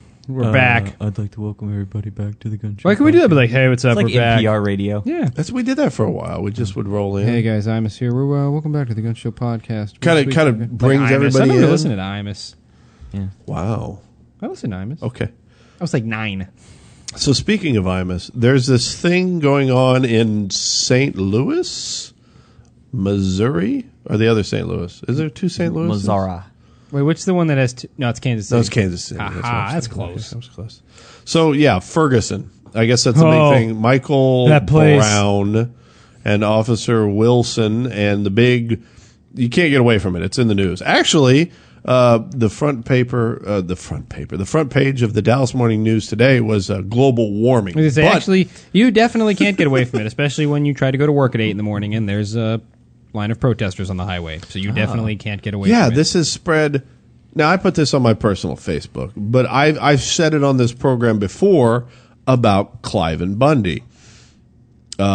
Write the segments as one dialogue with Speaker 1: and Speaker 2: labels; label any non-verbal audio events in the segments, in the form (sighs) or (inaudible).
Speaker 1: Uh,
Speaker 2: We're back.
Speaker 3: Uh, I'd like to welcome everybody back to the gun
Speaker 2: Why can we do that? Be like, hey, what's up?
Speaker 1: It's like
Speaker 2: we're back.
Speaker 1: NPR radio.
Speaker 2: Yeah.
Speaker 4: That's we did that for a while. We just would roll in.
Speaker 3: Hey guys, Imus here. We're uh, welcome back to the Gun Show podcast.
Speaker 4: Kind
Speaker 3: This
Speaker 4: of
Speaker 3: week-
Speaker 4: kind of brings
Speaker 2: Like Imus.
Speaker 4: everybody
Speaker 2: I
Speaker 4: in.
Speaker 2: never listened to Imus.
Speaker 4: Wow.
Speaker 3: I listen to Imus.
Speaker 4: Okay.
Speaker 2: I was like nine.
Speaker 4: So speaking of Imus, there's this thing going on in St. Louis, Missouri, or the other St. Louis. Is there two St. Louis?
Speaker 1: Mazzara.
Speaker 2: Wait, which the one that has? T- no, it's Kansas City.
Speaker 4: No, it's Kansas City. what
Speaker 2: Aha,
Speaker 4: I'm
Speaker 2: that's
Speaker 4: saying. Okay,
Speaker 2: close.
Speaker 4: That was close. So yeah, Ferguson. I guess that's the
Speaker 2: Oh,
Speaker 4: big thing. Michael
Speaker 2: that place.
Speaker 4: Brown and Officer Wilson and the big. You can't get away from it. It's in the news. Actually, uh, the front paper, uh, the front paper, the front page of the Dallas Morning News today was uh, global warming.
Speaker 2: I was gonna say,
Speaker 4: But-
Speaker 2: actually, you definitely can't get away from it, especially when you try to go to work at eight in the morning and there's a line of protesters on the highway. So you definitely can't get away.
Speaker 4: yeah,
Speaker 2: from
Speaker 4: this is spread. Now I put this on my personal Facebook, but I've I've said it on this program before about Clive and Bundy. Um,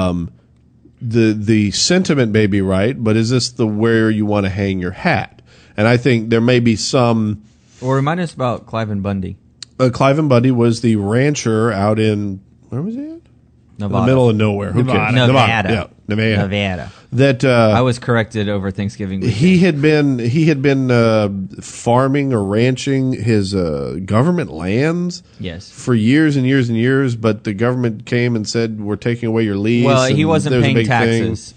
Speaker 4: the the sentiment may be right, but is this the where you want to hang your hat? And I think there may be some.
Speaker 1: Well, remind us about Clive and Bundy.
Speaker 4: Uh, Clive and Bundy was the rancher out in where was he at? In
Speaker 1: Nevada.
Speaker 4: the middle of nowhere. Who
Speaker 2: Nevada.
Speaker 4: cares?
Speaker 1: Nevada.
Speaker 4: Yeah, Nevada.
Speaker 1: Nevada.
Speaker 4: That uh,
Speaker 1: I was corrected over Thanksgiving. weekend.
Speaker 4: he had been he had been uh, farming or ranching his uh, government lands
Speaker 1: Yes.
Speaker 4: for years and years and years, but the government came and said we're taking away your lease.
Speaker 1: Well, he
Speaker 4: and there
Speaker 1: wasn't
Speaker 4: was a
Speaker 1: paying
Speaker 4: big thing.
Speaker 1: taxes.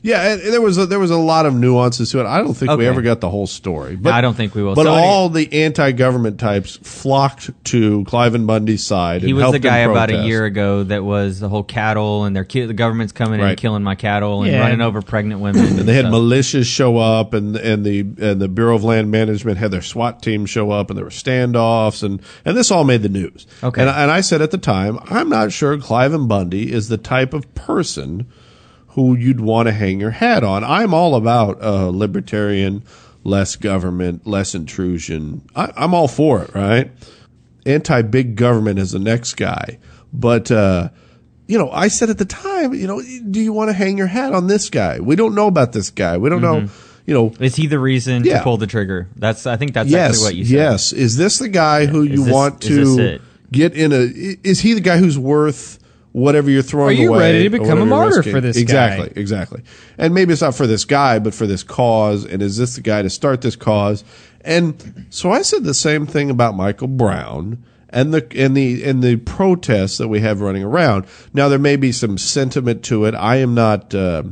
Speaker 4: Yeah, and, and there was a, there was a lot of nuances to it. I don't think we
Speaker 1: Okay.
Speaker 4: ever got the whole story. But,
Speaker 1: I don't think we will.
Speaker 4: But
Speaker 1: So any-
Speaker 4: all the anti-government types flocked to Clive and Bundy's side.
Speaker 1: He
Speaker 4: and
Speaker 1: was
Speaker 4: helped
Speaker 1: the
Speaker 4: him
Speaker 1: guy about a
Speaker 4: protest.
Speaker 1: year ago that was the whole cattle and their ki- the government's coming
Speaker 4: Right.
Speaker 1: and killing my cattle and
Speaker 2: Yeah.
Speaker 1: running over pregnant women.
Speaker 4: (laughs) And they had
Speaker 1: stuff.
Speaker 4: militias show up, and and the and the Bureau of Land Management had their SWAT team show up, and there were standoffs, and and this all made the news.
Speaker 1: Okay.
Speaker 4: and, and I said at the time, I'm not sure Clive and Bundy is the type of person who you'd want to hang your hat on. I'm all about uh, libertarian, less government, less intrusion. I, I'm all for it, right? anti big government is the next guy. But, uh, you know, I said at the time, you know, do you want to hang your hat on this guy? We don't know about this guy. We don't know, you know.
Speaker 1: Is he the reason
Speaker 4: Yeah.
Speaker 1: to pull the trigger? That's I think that's
Speaker 4: yes,
Speaker 1: actually what you said.
Speaker 4: yes. Is this the guy who you
Speaker 1: this-
Speaker 4: want
Speaker 1: is this
Speaker 4: to
Speaker 1: it?
Speaker 4: get in a? i- Is he the guy who's worth whatever you're throwing
Speaker 2: Are you
Speaker 4: away?
Speaker 2: ready to
Speaker 4: or
Speaker 2: become a
Speaker 4: whatever you're
Speaker 2: martyr
Speaker 4: risking?
Speaker 2: for this guy?
Speaker 4: Exactly, exactly. And maybe it's not for this guy, but for this cause. And is this the guy to start this cause? And so I said the same thing about Michael Brown and the and the and the protests that we have running around. Now there may be some sentiment to it. I am not. Uh,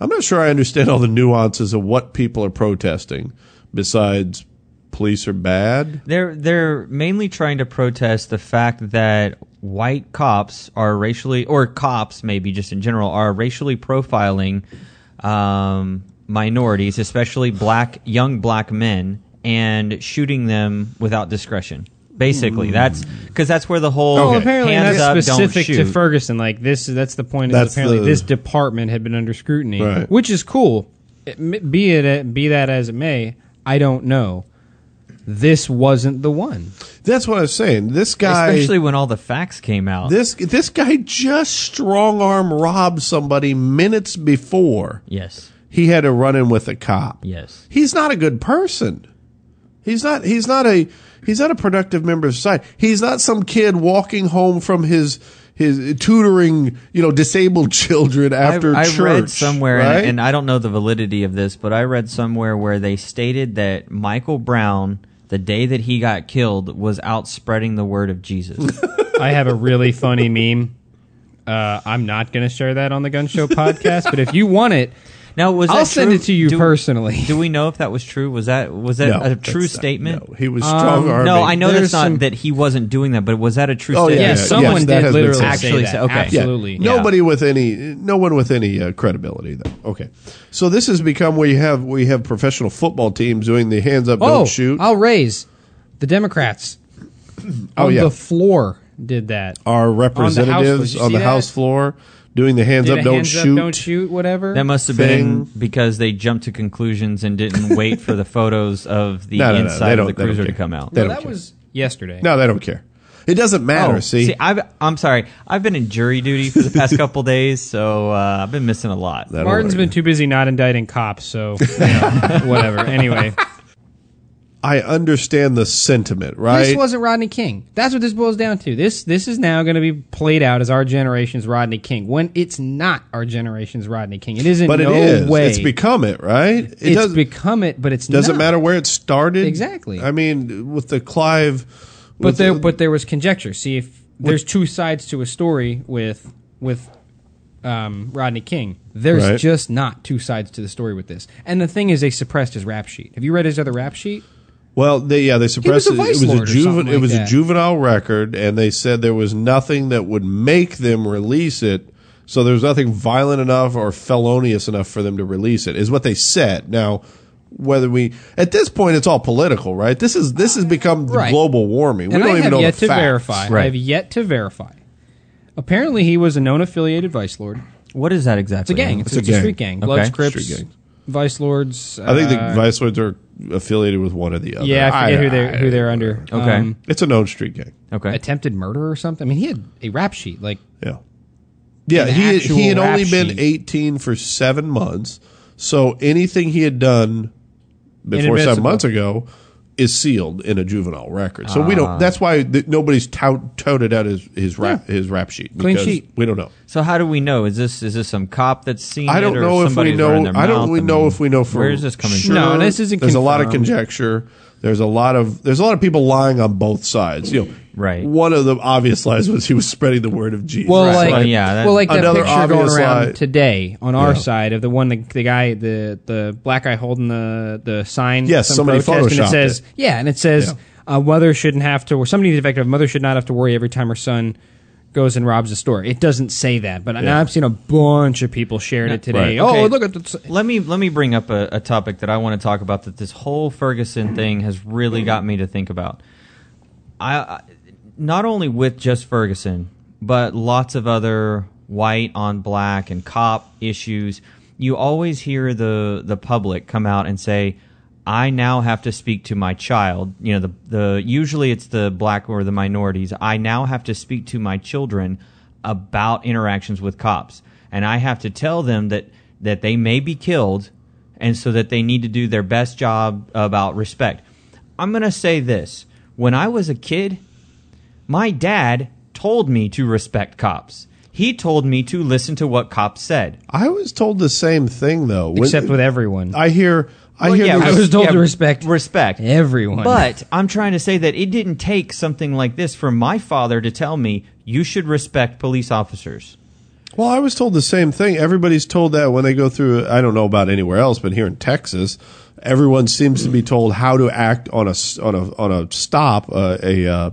Speaker 4: I'm not sure I understand all the nuances of what people are protesting. Besides, police are bad.
Speaker 1: They're they're mainly trying to protest the fact that white cops are racially or cops maybe just in general are racially profiling um, minorities, especially black young black men, and shooting them without discretion. Basically, that's because that's where the whole
Speaker 4: Well,
Speaker 2: Well,
Speaker 4: Okay.
Speaker 2: Oh, apparently
Speaker 1: hands
Speaker 2: that's
Speaker 1: up, don't
Speaker 2: specific to
Speaker 1: shoot.
Speaker 2: Ferguson. Like this, that's the point. Is
Speaker 4: That's
Speaker 2: apparently
Speaker 4: the-
Speaker 2: this department had been under scrutiny,
Speaker 4: Right.
Speaker 2: which is cool. It m- Be it uh, be that as it may, I don't know. This wasn't the one.
Speaker 4: That's what I was saying. This guy,
Speaker 1: especially when all the facts came out.
Speaker 4: This this guy just strong arm robbed somebody minutes before
Speaker 1: yes,
Speaker 4: he had a run in with a cop.
Speaker 1: yes.
Speaker 4: He's not a good person. He's not he's not a he's not a productive member of society. He's not some kid walking home from his his tutoring, you know, disabled (laughs) children after
Speaker 1: I, I
Speaker 4: church.
Speaker 1: read somewhere, and-
Speaker 4: right?
Speaker 1: and, I don't know the validity of this, but I read somewhere where they stated that Michael Brown, the day that he got killed, was out spreading the word of
Speaker 4: (laughs)
Speaker 1: Jesus.
Speaker 2: I have a really funny meme. Uh, I'm not going to share that on the Gun Show podcast, but if you want it,
Speaker 1: now, was
Speaker 2: I'll
Speaker 1: that
Speaker 2: send
Speaker 1: true?
Speaker 2: it to you
Speaker 1: Do-
Speaker 2: personally.
Speaker 1: Do we know if that was true? Was that was that
Speaker 4: No,
Speaker 1: a
Speaker 4: that's
Speaker 1: true
Speaker 4: not-
Speaker 1: statement? Um,
Speaker 4: no, he was strong arm.
Speaker 1: No, I know
Speaker 2: There's
Speaker 1: that's not
Speaker 2: some-
Speaker 1: that he wasn't doing that, but was that a true
Speaker 4: Oh,
Speaker 1: statement?
Speaker 2: yeah,
Speaker 4: yes,
Speaker 2: someone
Speaker 4: yes, that
Speaker 2: did
Speaker 4: has been
Speaker 2: literally
Speaker 4: said.
Speaker 2: say
Speaker 1: Actually,
Speaker 2: that.
Speaker 1: so- okay. Yeah.
Speaker 2: Absolutely.
Speaker 4: Nobody with any, no one with any uh, credibility, though. Okay, so this has become where you have we have professional football teams doing the hands up,
Speaker 2: Oh,
Speaker 4: don't shoot.
Speaker 2: I'll raise the Democrats
Speaker 4: (clears throat) Oh,
Speaker 2: on
Speaker 4: yeah.
Speaker 2: the floor did that.
Speaker 4: Our
Speaker 2: representatives
Speaker 4: representatives
Speaker 2: Did you
Speaker 4: on
Speaker 2: on
Speaker 4: the
Speaker 2: the
Speaker 4: House,
Speaker 2: see House that?
Speaker 4: floor doing the hands
Speaker 2: Did
Speaker 4: up,
Speaker 2: a
Speaker 4: don't
Speaker 2: hands
Speaker 4: shoot.
Speaker 2: Up, don't shoot. Whatever.
Speaker 1: That must have
Speaker 4: thing.
Speaker 1: been because they jumped to conclusions and didn't wait for the photos of the
Speaker 4: (laughs) No, no, no, they
Speaker 1: inside of
Speaker 4: don't-
Speaker 1: the
Speaker 4: they don't
Speaker 1: cruiser to
Speaker 4: care.
Speaker 1: come out.
Speaker 4: They
Speaker 2: Well,
Speaker 4: don't
Speaker 2: that
Speaker 4: care.
Speaker 2: was yesterday.
Speaker 4: No, they don't care. It doesn't matter.
Speaker 1: Oh,
Speaker 4: see,
Speaker 1: I've, I'm sorry. I've been in jury duty for the
Speaker 4: (laughs)
Speaker 1: past couple days, so uh, I've been missing a lot.
Speaker 4: That'll
Speaker 2: Martin's
Speaker 4: worry. (laughs)
Speaker 2: been too busy not indicting cops, so you know, whatever. Anyway,
Speaker 4: I understand the sentiment, right?
Speaker 2: This wasn't Rodney King. That's what this boils down to. This this is now going to be played out as our generation's Rodney King when it's not our generation's Rodney King. It isn't.
Speaker 4: but
Speaker 2: no
Speaker 4: it is.
Speaker 2: Way.
Speaker 4: It's become it, right? It
Speaker 2: It's
Speaker 4: doesn't
Speaker 2: become it, but it's
Speaker 4: doesn't
Speaker 2: not.
Speaker 4: matter where it started.
Speaker 2: Exactly.
Speaker 4: I mean, with the Clive,
Speaker 2: But
Speaker 4: with
Speaker 2: there
Speaker 4: the-
Speaker 2: but there was conjecture. See if there's two sides to a story with with um, Rodney King. There's
Speaker 4: Right.
Speaker 2: just not two sides to the story with this. And the thing is, they suppressed his rap sheet. Have you read his other rap sheet?
Speaker 4: Well, they, yeah, they suppressed
Speaker 2: a
Speaker 4: it. It was
Speaker 2: vice
Speaker 4: a
Speaker 2: lord or something
Speaker 4: it
Speaker 2: like
Speaker 4: was a
Speaker 2: that.
Speaker 4: juvenile record, and they said there was nothing that would make them release it. So there was nothing violent enough or felonious enough for them to release it. Is what they said. Now, whether we at this point, it's all political, right? This is this has become
Speaker 2: Right.
Speaker 4: global warming. We
Speaker 2: and
Speaker 4: don't
Speaker 2: I
Speaker 4: even
Speaker 2: have
Speaker 4: know
Speaker 2: yet
Speaker 4: the
Speaker 2: to
Speaker 4: facts.
Speaker 2: verify. I
Speaker 1: Right.
Speaker 2: have yet to verify. Apparently, he was a known affiliated vice lord.
Speaker 1: What is that
Speaker 2: It's a
Speaker 1: exactly?
Speaker 2: gang. It's,
Speaker 4: a
Speaker 2: a,
Speaker 4: gang.
Speaker 2: street gang.
Speaker 1: Okay.
Speaker 2: Bloods, Crips,
Speaker 4: Street gang.
Speaker 2: vice lords.
Speaker 4: I think the
Speaker 2: uh,
Speaker 4: vice lords are affiliated with one or the other.
Speaker 2: yeah, I forget who they're who they're under.
Speaker 1: Okay.
Speaker 2: Um,
Speaker 4: It's a known street gang.
Speaker 1: Okay.
Speaker 2: attempted murder or something. I mean, he had a rap sheet. Like
Speaker 4: Yeah. Yeah,
Speaker 2: An
Speaker 4: he,
Speaker 2: actual
Speaker 4: he had
Speaker 2: rap
Speaker 4: only been
Speaker 2: sheet.
Speaker 4: 18 for seven months. So anything he had done before seven
Speaker 2: Inadmissible.
Speaker 4: months ago is sealed in a juvenile record. So we
Speaker 2: Ah.
Speaker 4: don't, that's why th- nobody's tout, touted out his, his rap, his rap sheet.
Speaker 2: Clean
Speaker 4: because
Speaker 2: sheet.
Speaker 4: We don't know.
Speaker 1: So how do we know? Is this is this some cop that's seen?
Speaker 4: I
Speaker 1: it,
Speaker 4: don't
Speaker 1: or
Speaker 4: know if we
Speaker 1: somebody's running
Speaker 4: know.
Speaker 1: their
Speaker 4: I
Speaker 1: mouth?
Speaker 4: don't. We know
Speaker 1: mean,
Speaker 4: if we know for
Speaker 1: where is this coming
Speaker 4: sure.
Speaker 2: No,
Speaker 1: from?
Speaker 2: this isn't
Speaker 4: There's a lot of
Speaker 2: confirmed.
Speaker 4: conjecture. There's a lot of there's a lot of people lying on both sides. You know,
Speaker 1: Right.
Speaker 4: One of the obvious lies was he was spreading the word of Jesus.
Speaker 2: Well,
Speaker 4: Right.
Speaker 2: like,
Speaker 1: Well, yeah, that-
Speaker 2: well, like that
Speaker 4: Another
Speaker 2: picture going
Speaker 4: obvious
Speaker 2: around
Speaker 4: lie.
Speaker 2: today on our
Speaker 4: Yeah.
Speaker 2: side of the one the, the guy the the black guy holding the the sign.
Speaker 4: Yes,
Speaker 2: some
Speaker 4: somebody
Speaker 2: protest, and
Speaker 4: photoshopped
Speaker 2: it says
Speaker 4: it.
Speaker 2: yeah, and it says uh, mother shouldn't have to. Or somebody to the effect of mother should not have to worry every time her son goes and robs a store. It doesn't say that, but now I've seen a bunch of people sharing it today.
Speaker 4: Right.
Speaker 2: Oh,
Speaker 1: Okay.
Speaker 2: look at the.
Speaker 1: Let me let me bring up a, a topic that I want to talk about. That this whole Ferguson thing has really got me to think about. I, I not only with just Ferguson, but lots of other white on black and cop issues. You always hear the the public come out and say, "I now have to speak to my child." You know, the the usually it's the black or the minorities. I now have to speak to my children about interactions with cops, and I have to tell them that that they may be killed, and so that they need to do their best job about respect. I'm going to say this. When I was a kid, my dad told me to respect cops. He told me to listen to what cops said.
Speaker 4: I was told the same thing though. When-
Speaker 2: Except with everyone.
Speaker 4: I hear. I
Speaker 1: Well,
Speaker 4: hear.
Speaker 1: yeah,
Speaker 4: this-
Speaker 2: I was told to respect
Speaker 1: respect
Speaker 2: everyone.
Speaker 1: But I'm trying to say that it didn't take something like this for my father to tell me you should respect police officers.
Speaker 4: Well, I was told the same thing. Everybody's told that when they go through. I don't know about anywhere else, but here in Texas, everyone seems to be told how to act on a s- on a on a stop uh, a uh,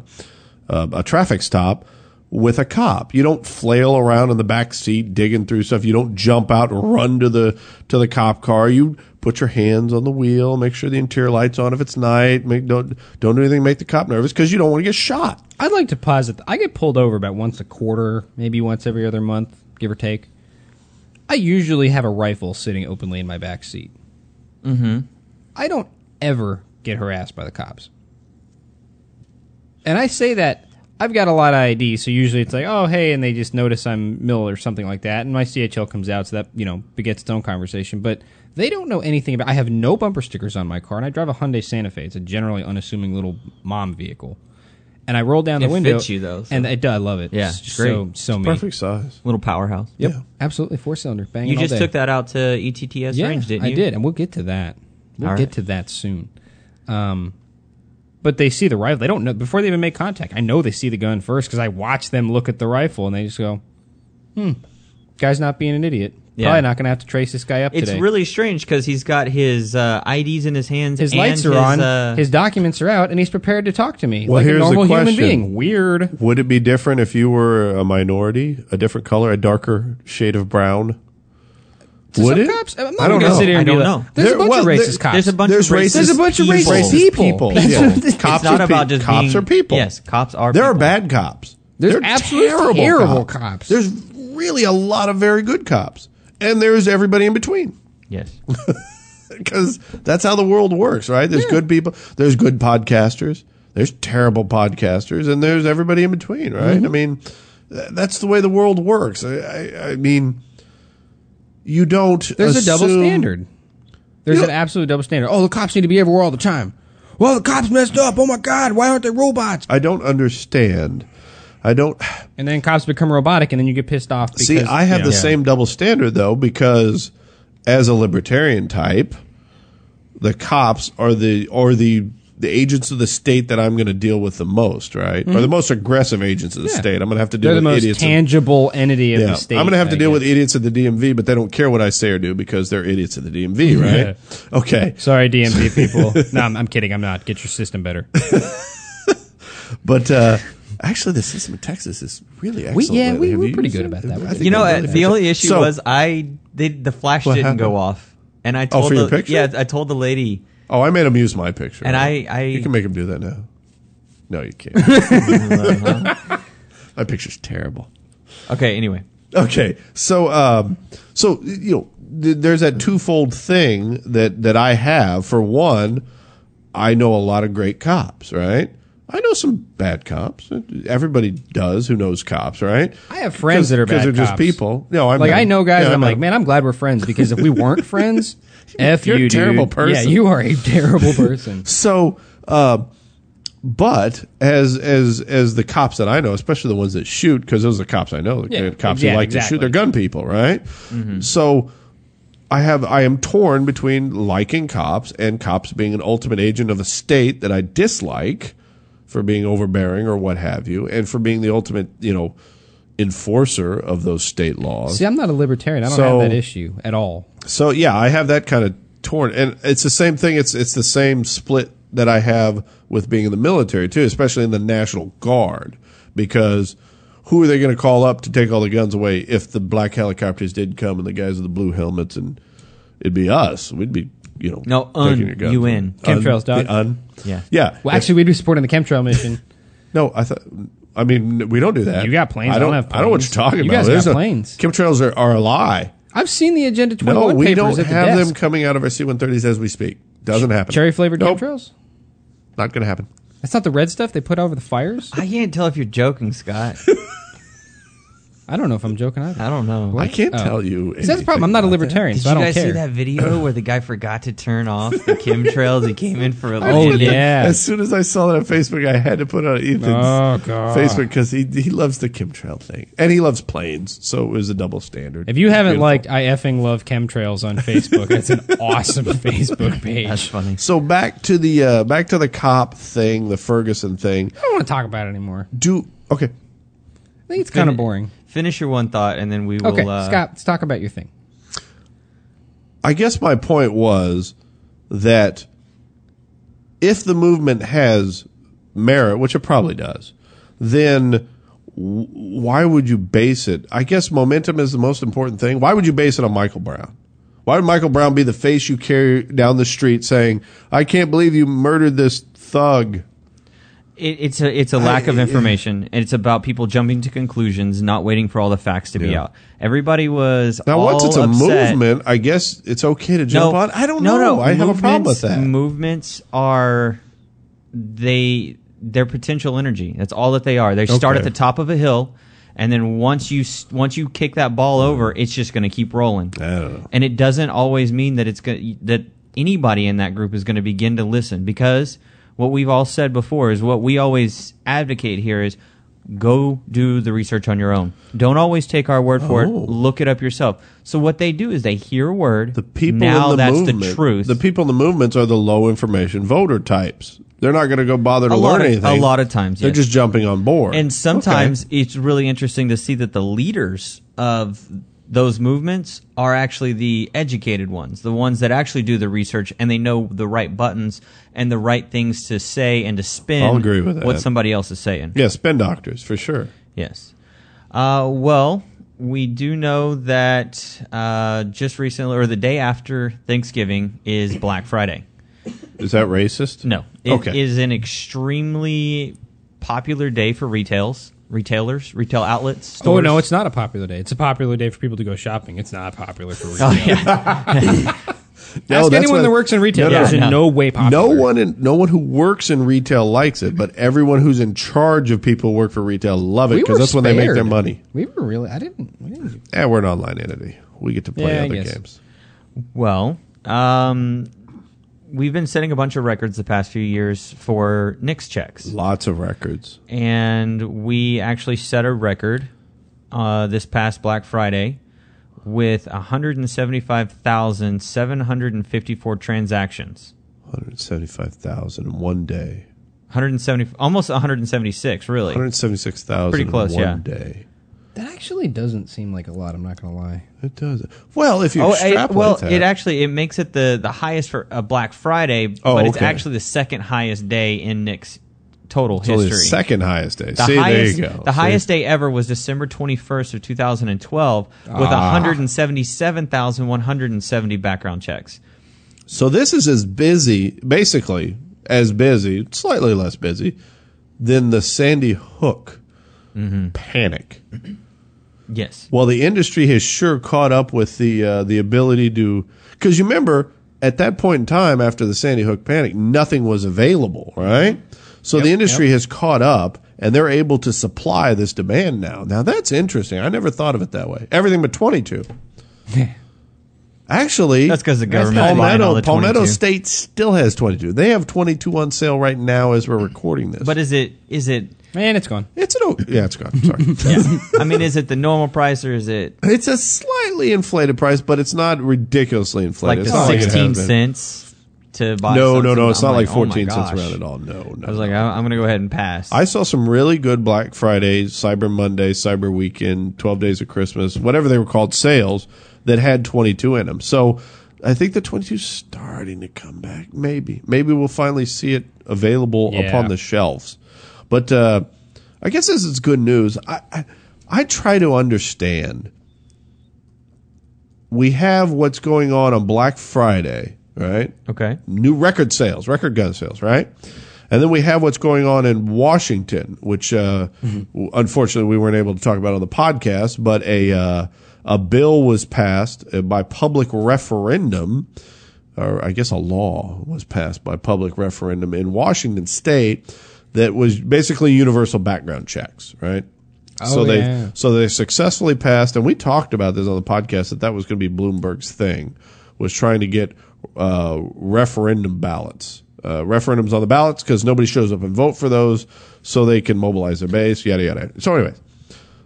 Speaker 4: uh, a traffic stop with a cop. You don't flail around in the back seat digging through stuff. You don't jump out and run to the to the cop car. You put your hands on the wheel. Make sure the interior lights on if it's night. Make, don't don't do anything to make the cop nervous because you don't want to get shot.
Speaker 2: I'd like to posit. I get pulled over about once a quarter, maybe once every other month, give or take. I usually have a rifle sitting openly in my back seat. Mm-hmm. I don't ever get harassed by the cops, and I say that I've got a lot of ID, so usually it's like, oh hey, and they just notice I'm mill or something like that, and my CHL comes out, so that you know begets its own conversation, but. They don't know anything about. I have no bumper stickers on my car, and I drive a Hyundai Santa Fe. It's a generally unassuming little mom vehicle, and I roll down the
Speaker 1: It
Speaker 2: window.
Speaker 1: fits you, though, so-
Speaker 2: and it, I love it.
Speaker 1: Yeah,
Speaker 2: It's
Speaker 1: it's
Speaker 2: so
Speaker 1: great.
Speaker 2: so me.
Speaker 4: Perfect size.
Speaker 1: Little powerhouse.
Speaker 2: Yep,
Speaker 4: Yeah.
Speaker 2: absolutely four cylinder. Bang!
Speaker 1: You just took that out to E ETTS
Speaker 2: yeah,
Speaker 1: range, didn't you?
Speaker 2: I did, and we'll get to that. We'll
Speaker 1: All
Speaker 2: get
Speaker 1: right.
Speaker 2: to that soon. Um, but they see the rifle. They don't know before they even make contact. I know they see the gun first because I watch them look at the rifle, and they just go, "Hmm, guy's not being an idiot.
Speaker 1: Yeah.
Speaker 2: Probably not going to have to trace this guy up
Speaker 1: It's
Speaker 2: today."
Speaker 1: really strange because he's got his uh, IDs in his hands.
Speaker 2: his
Speaker 1: and
Speaker 2: lights are
Speaker 1: his,
Speaker 2: on.
Speaker 1: uh,
Speaker 2: his documents are out, and he's prepared to talk to me
Speaker 4: Well,
Speaker 2: like
Speaker 4: here's
Speaker 2: a
Speaker 4: the
Speaker 2: normal human
Speaker 4: question.
Speaker 2: being. Weird.
Speaker 4: Would it be different if you were a minority, a different color, a darker shade of brown?
Speaker 2: To
Speaker 4: Would
Speaker 2: some
Speaker 4: it?
Speaker 2: cops, I'm not
Speaker 4: I don't
Speaker 2: gonna
Speaker 4: know.
Speaker 2: Sit here and
Speaker 1: I
Speaker 2: be
Speaker 1: don't
Speaker 2: like-
Speaker 1: know.
Speaker 2: There's
Speaker 4: There-
Speaker 2: a bunch of
Speaker 4: well,
Speaker 2: racist
Speaker 4: there-
Speaker 2: cops.
Speaker 1: There's a bunch
Speaker 4: There's
Speaker 1: of racist.
Speaker 2: There's a bunch of
Speaker 4: People.
Speaker 2: racist
Speaker 4: People.
Speaker 2: people. That's
Speaker 4: Yeah.
Speaker 2: what this-
Speaker 1: it's
Speaker 4: Cops
Speaker 1: not
Speaker 4: are
Speaker 1: about
Speaker 4: pe-
Speaker 1: just
Speaker 4: cops
Speaker 1: being-
Speaker 4: are people.
Speaker 1: Yes, cops are.
Speaker 4: There are
Speaker 1: people.
Speaker 4: bad cops.
Speaker 2: There's
Speaker 4: They're
Speaker 2: absolute
Speaker 4: terrible,
Speaker 2: terrible cops.
Speaker 4: cops. There's really a lot of very good cops, and there's everybody in between.
Speaker 2: (laughs)
Speaker 1: Yes.
Speaker 4: Because that's how the world works, right? There's good people. There's good podcasters. There's terrible podcasters, and there's everybody in between, right?
Speaker 2: Mm-hmm.
Speaker 4: I mean, th- that's the way the world works. I, I, I mean, you don't.
Speaker 2: There's a double
Speaker 4: assume-
Speaker 2: standard. There's
Speaker 4: You
Speaker 2: an
Speaker 4: know-
Speaker 2: absolute double standard. Oh, the cops need to be everywhere all the time.
Speaker 5: well, the cops messed up. Oh my God, why aren't they robots?
Speaker 4: I don't understand. I don't
Speaker 2: And then cops become robotic, and then you get pissed off. Because,
Speaker 4: see. I have
Speaker 2: you
Speaker 4: the
Speaker 2: know.
Speaker 4: same double standard though because as a libertarian type, the cops are the or the the agents of the state that I'm going to deal with the most, right? Or the most aggressive agents of the
Speaker 2: Mm-hmm. Yeah.
Speaker 4: state. I'm going to have to deal
Speaker 2: They're the
Speaker 4: with
Speaker 2: most
Speaker 4: idiots. in-
Speaker 2: tangible entity of
Speaker 4: yeah.
Speaker 2: the state.
Speaker 4: I'm going to have to
Speaker 2: I
Speaker 4: deal with
Speaker 2: guess.
Speaker 4: idiots at the DMV, but they don't care what I say or do because they're idiots at the DMV, right? Okay.
Speaker 2: Sorry,
Speaker 4: (laughs)
Speaker 2: DMV people. no, I'm, I'm kidding. I'm not. Get your system better.
Speaker 4: But uh, actually, the system in Texas is really excellent.
Speaker 2: yeah,
Speaker 4: lately.
Speaker 2: we-
Speaker 4: Have
Speaker 2: we're
Speaker 4: you
Speaker 2: pretty
Speaker 4: used
Speaker 2: good
Speaker 4: it?
Speaker 2: about that.
Speaker 4: I
Speaker 2: We're
Speaker 4: think
Speaker 2: pretty
Speaker 1: You know,
Speaker 4: I
Speaker 1: uh,
Speaker 4: really
Speaker 1: the
Speaker 4: have.
Speaker 1: only issue
Speaker 4: So-
Speaker 1: was I they, the flash
Speaker 4: What
Speaker 1: didn't go
Speaker 4: happened?
Speaker 1: off, and
Speaker 2: Oh,
Speaker 1: I told
Speaker 4: for
Speaker 1: the
Speaker 4: your picture?
Speaker 1: yeah I told the lady
Speaker 4: Oh, I made him use my picture.
Speaker 1: And I- I-
Speaker 4: you can make him do that now. No,
Speaker 2: (laughs)
Speaker 4: you can't. my picture's terrible.
Speaker 1: Uh-huh. okay anyway
Speaker 4: Okay, so um, so you know, th- there's that twofold thing that that I have. For one, I know a lot of great cops, right? I know some bad cops. Everybody does who knows cops, right?
Speaker 2: I have friends that are
Speaker 4: because
Speaker 2: bad
Speaker 4: they're just
Speaker 2: cops.
Speaker 4: people. No, I'm
Speaker 2: like
Speaker 4: not-
Speaker 2: I know guys.
Speaker 4: yeah, I
Speaker 2: I'm
Speaker 4: know.
Speaker 2: like, man, I'm glad we're friends because if we
Speaker 4: (laughs)
Speaker 2: weren't friends, f
Speaker 4: You're a
Speaker 2: you, dude.
Speaker 4: terrible person.
Speaker 2: Yeah, you are
Speaker 4: (laughs)
Speaker 2: a terrible person.
Speaker 4: So, uh, but as as as the cops that I know, especially the ones that shoot, because those are the cops I know, the
Speaker 2: Yeah,
Speaker 4: cops
Speaker 2: yeah,
Speaker 4: who like to shoot,
Speaker 2: exactly. Mm-hmm.
Speaker 4: they're gun people, right? So. I have I am torn between liking cops and cops being an ultimate agent of a state that I dislike for being overbearing or what have you, and for being the ultimate you know enforcer of those state laws.
Speaker 2: See, I'm not a libertarian. I don't
Speaker 4: So-
Speaker 2: have that issue at all.
Speaker 4: So yeah, I have that kind of torn, and it's the same thing. It's it's the same split that I have with being in the military too, especially in the National Guard, because who are they going to call up to take all the guns away if the black helicopters did come and the guys with the blue helmets and it'd be us? We'd be you know
Speaker 1: no
Speaker 4: taking your
Speaker 1: un
Speaker 4: guns.
Speaker 1: UN
Speaker 2: Chemtrails, dog.
Speaker 4: Un- the un.
Speaker 1: Yeah.
Speaker 4: yeah.
Speaker 2: Well, actually, we'd be supporting the chemtrail
Speaker 4: (laughs)
Speaker 2: mission.
Speaker 4: No, I thought. I mean, we don't do that.
Speaker 2: You got planes,
Speaker 4: I
Speaker 2: I
Speaker 4: don't,
Speaker 2: don't have
Speaker 4: I don't know what you're
Speaker 2: planes.
Speaker 4: talking
Speaker 2: You
Speaker 4: about.
Speaker 2: guys
Speaker 4: There's
Speaker 2: got
Speaker 4: no-
Speaker 2: planes.
Speaker 4: Chemtrails are, are a lie.
Speaker 2: I've seen the Agenda 21
Speaker 4: No, we
Speaker 2: papers
Speaker 4: don't
Speaker 2: at the
Speaker 4: have them
Speaker 2: desk.
Speaker 4: coming out of our C-130s as we speak. Doesn't happen.
Speaker 2: Cherry flavored
Speaker 4: Nope.
Speaker 2: chemtrails.
Speaker 4: Not going to happen.
Speaker 2: That's not the red stuff they put over the fires.
Speaker 1: I can't tell if you're joking Scott
Speaker 2: I don't know if I'm joking either.
Speaker 1: I don't know
Speaker 4: I can't
Speaker 2: Oh.
Speaker 4: tell you.
Speaker 2: See, that's the problem. I'm not a
Speaker 4: anything about
Speaker 2: libertarian,
Speaker 1: Did
Speaker 2: so
Speaker 1: you
Speaker 2: I don't
Speaker 1: guys
Speaker 2: care.
Speaker 1: see
Speaker 2: (sighs)
Speaker 1: that video where the guy forgot to turn off the chemtrails? he came in for a
Speaker 2: Oh,
Speaker 4: that.
Speaker 1: landing.
Speaker 2: yeah.
Speaker 4: As soon as I saw that on Facebook, I had to put it on Ethan's
Speaker 2: Oh, God.
Speaker 4: Facebook because he he loves the chemtrail thing and he loves planes, so it was a double standard.
Speaker 2: If you haven't
Speaker 4: Beautiful.
Speaker 2: liked I effing love chemtrails on Facebook, that's
Speaker 4: (laughs)
Speaker 2: an awesome Facebook page.
Speaker 1: That's funny.
Speaker 4: so back to the uh, back to the cop thing, the Ferguson thing.
Speaker 2: I don't want to talk about it anymore.
Speaker 4: Do okay.
Speaker 2: I think it's kind of boring.
Speaker 1: Finish your one thought, and then we will.
Speaker 2: Okay,
Speaker 1: uh,
Speaker 2: Scott, let's talk about your thing.
Speaker 4: I guess my point was that if the movement has merit, which it probably does, then w- why would you base it? I guess momentum is the most important thing. Why would you base it on Michael Brown? Why would Michael Brown be the face you carry down the street saying, I can't believe you murdered this thug?
Speaker 1: It, it's a it's a lack of information, and it's about people jumping to conclusions, not waiting for all the facts to be
Speaker 4: Yeah.
Speaker 1: out. Everybody was
Speaker 4: Now,
Speaker 1: all
Speaker 4: once it's a
Speaker 1: upset.
Speaker 4: movement, I guess it's okay to jump on. I don't
Speaker 1: no,
Speaker 4: know.
Speaker 1: No,
Speaker 4: I have a problem
Speaker 1: Movements-
Speaker 4: with that.
Speaker 1: Movements are they their potential energy. That's all that they are. They start at
Speaker 4: Okay.
Speaker 1: the top of a hill, and then once you s- once you kick that ball over, it's just going to keep rolling.
Speaker 4: I don't know.
Speaker 1: And it doesn't always mean that it's going that anybody in that group is going to begin to listen because what we've all said before is what we always advocate here is go do the research on your own. Don't always take our word for it. Look it up yourself. So what they do is they hear a word.
Speaker 4: Oh. The people
Speaker 1: now
Speaker 4: in the
Speaker 1: that's
Speaker 4: movement,
Speaker 1: the truth.
Speaker 4: The people in the movements are the low information voter types. They're not going to go bother
Speaker 1: A
Speaker 4: to
Speaker 1: lot
Speaker 4: learn
Speaker 1: of-
Speaker 4: anything.
Speaker 1: a lot of times,
Speaker 4: they're
Speaker 1: yes.
Speaker 4: just jumping on board.
Speaker 1: and sometimes it's really interesting to see that the leaders of those movements are actually the educated ones, the ones that actually do the research and they know the right buttons and the right things to say and to spin.
Speaker 4: I'll agree with that.
Speaker 1: What somebody else is saying.
Speaker 4: Okay. yeah, spin doctors for sure.
Speaker 1: Yes. Uh, well, we do know that uh, just recently, or the day after Thanksgiving, is Black Friday.
Speaker 4: Is that racist?
Speaker 1: No, it is
Speaker 4: okay.
Speaker 1: an extremely popular day for retails, retailers, retail outlets.
Speaker 2: Oh
Speaker 1: Stores.
Speaker 2: no, it's not a popular day. It's a popular day for people to go shopping. It's not popular
Speaker 4: (laughs)
Speaker 2: for retail.
Speaker 4: No,
Speaker 2: Ask
Speaker 4: that's
Speaker 2: anyone
Speaker 4: what-
Speaker 2: that works in retail.
Speaker 4: No, no,
Speaker 2: There's in
Speaker 1: no.
Speaker 2: no way
Speaker 4: No
Speaker 2: popular.
Speaker 4: one in no one who works in retail likes it, but everyone who's in charge of people who work for retail love it
Speaker 2: We
Speaker 4: because
Speaker 2: were
Speaker 4: that's when they make their
Speaker 2: spared.
Speaker 4: money.
Speaker 2: We were really. I didn't. We didn't
Speaker 4: Yeah, we're an online entity. We get to play
Speaker 2: Yeah, I
Speaker 4: other
Speaker 2: guess.
Speaker 4: games.
Speaker 1: Well, um, we've been setting a bunch of records the past few years for Nix checks,
Speaker 4: Lots of records.
Speaker 1: and we actually set a record uh, this past Black Friday with 175,754 transactions.
Speaker 4: 175,000 in one day.
Speaker 1: 170, almost 176, really.
Speaker 4: 176,000
Speaker 1: Pretty close,
Speaker 4: in one
Speaker 1: yeah.
Speaker 4: day.
Speaker 2: That actually doesn't seem like a lot. I'm not going to lie.
Speaker 4: It does. Well, if you
Speaker 1: Oh, I-
Speaker 4: extrapolate
Speaker 1: well,
Speaker 4: that.
Speaker 1: it actually it makes it the the highest for a Black Friday,
Speaker 4: Oh,
Speaker 1: but it's
Speaker 4: okay.
Speaker 1: actually the second highest day in Nick's total
Speaker 4: It's only the
Speaker 1: history.
Speaker 4: second highest day.
Speaker 1: The
Speaker 4: See,
Speaker 1: highest,
Speaker 4: there you go.
Speaker 1: The
Speaker 4: See?
Speaker 1: highest day ever was December 21st of 2012 with
Speaker 4: Ah.
Speaker 1: 177,170 background checks.
Speaker 4: So this is as busy, basically as busy, slightly less busy than the Sandy Hook
Speaker 1: Mm-hmm.
Speaker 4: panic.
Speaker 1: Yes.
Speaker 4: Well, the industry has sure caught up with the uh, the ability to because you remember at that point in time after the Sandy Hook panic, nothing was available, right? So the industry has caught up and they're able to supply this demand now. Now that's interesting. I never thought of it that way. Everything but
Speaker 1: (laughs)
Speaker 4: twenty two. Actually,
Speaker 1: That's 'cause the government's buying
Speaker 4: Palmetto,
Speaker 1: all the
Speaker 4: Palmetto
Speaker 1: 22.
Speaker 4: State still has twenty two. They have twenty two on sale right now as we're recording this.
Speaker 1: But is it is it
Speaker 2: Man, it's gone.
Speaker 4: it's an o- yeah, it's gone.
Speaker 1: (laughs)
Speaker 4: Sorry.
Speaker 1: I mean is it the normal price or is it
Speaker 4: It's a slightly inflated price, but it's not ridiculously
Speaker 1: like
Speaker 4: inflated.
Speaker 1: the
Speaker 4: It's not like it has
Speaker 1: 16
Speaker 4: been.
Speaker 1: cents to buy
Speaker 4: No, no,
Speaker 1: something?
Speaker 4: no. It's
Speaker 1: I'm
Speaker 4: not like,
Speaker 1: oh my
Speaker 4: 14 cents
Speaker 1: gosh.
Speaker 4: around at all. No, no.
Speaker 1: I was like I- I'm going to go ahead and pass.
Speaker 4: I saw some really good Black Friday, Cyber Monday, Cyber Weekend, 12 Days of Christmas, whatever they were called, sales that had 22 in them. So I think the 22 is starting to come back. Maybe. Maybe we'll finally see it available
Speaker 2: Yeah.
Speaker 4: upon the shelves. But uh, I guess this is good news. I, I, I try to understand. We have what's going on on Black Friday, right?
Speaker 1: okay.
Speaker 4: new record sales, record gun sales, right? And then we have what's going on in Washington, which uh, w- unfortunately we weren't able to talk about on the podcast, but a uh, a bill was passed uh, by public referendum, or I guess a law was passed by public referendum in Washington State that was basically universal background checks, right? so
Speaker 2: yeah.
Speaker 4: they so they successfully passed, and we talked about this on the podcast that that was going to be Bloomberg's thing, was trying to get uh, referendum ballots, uh, referendums on the ballots because nobody shows up and vote for those, so they can mobilize their base, yada yada. So, anyways,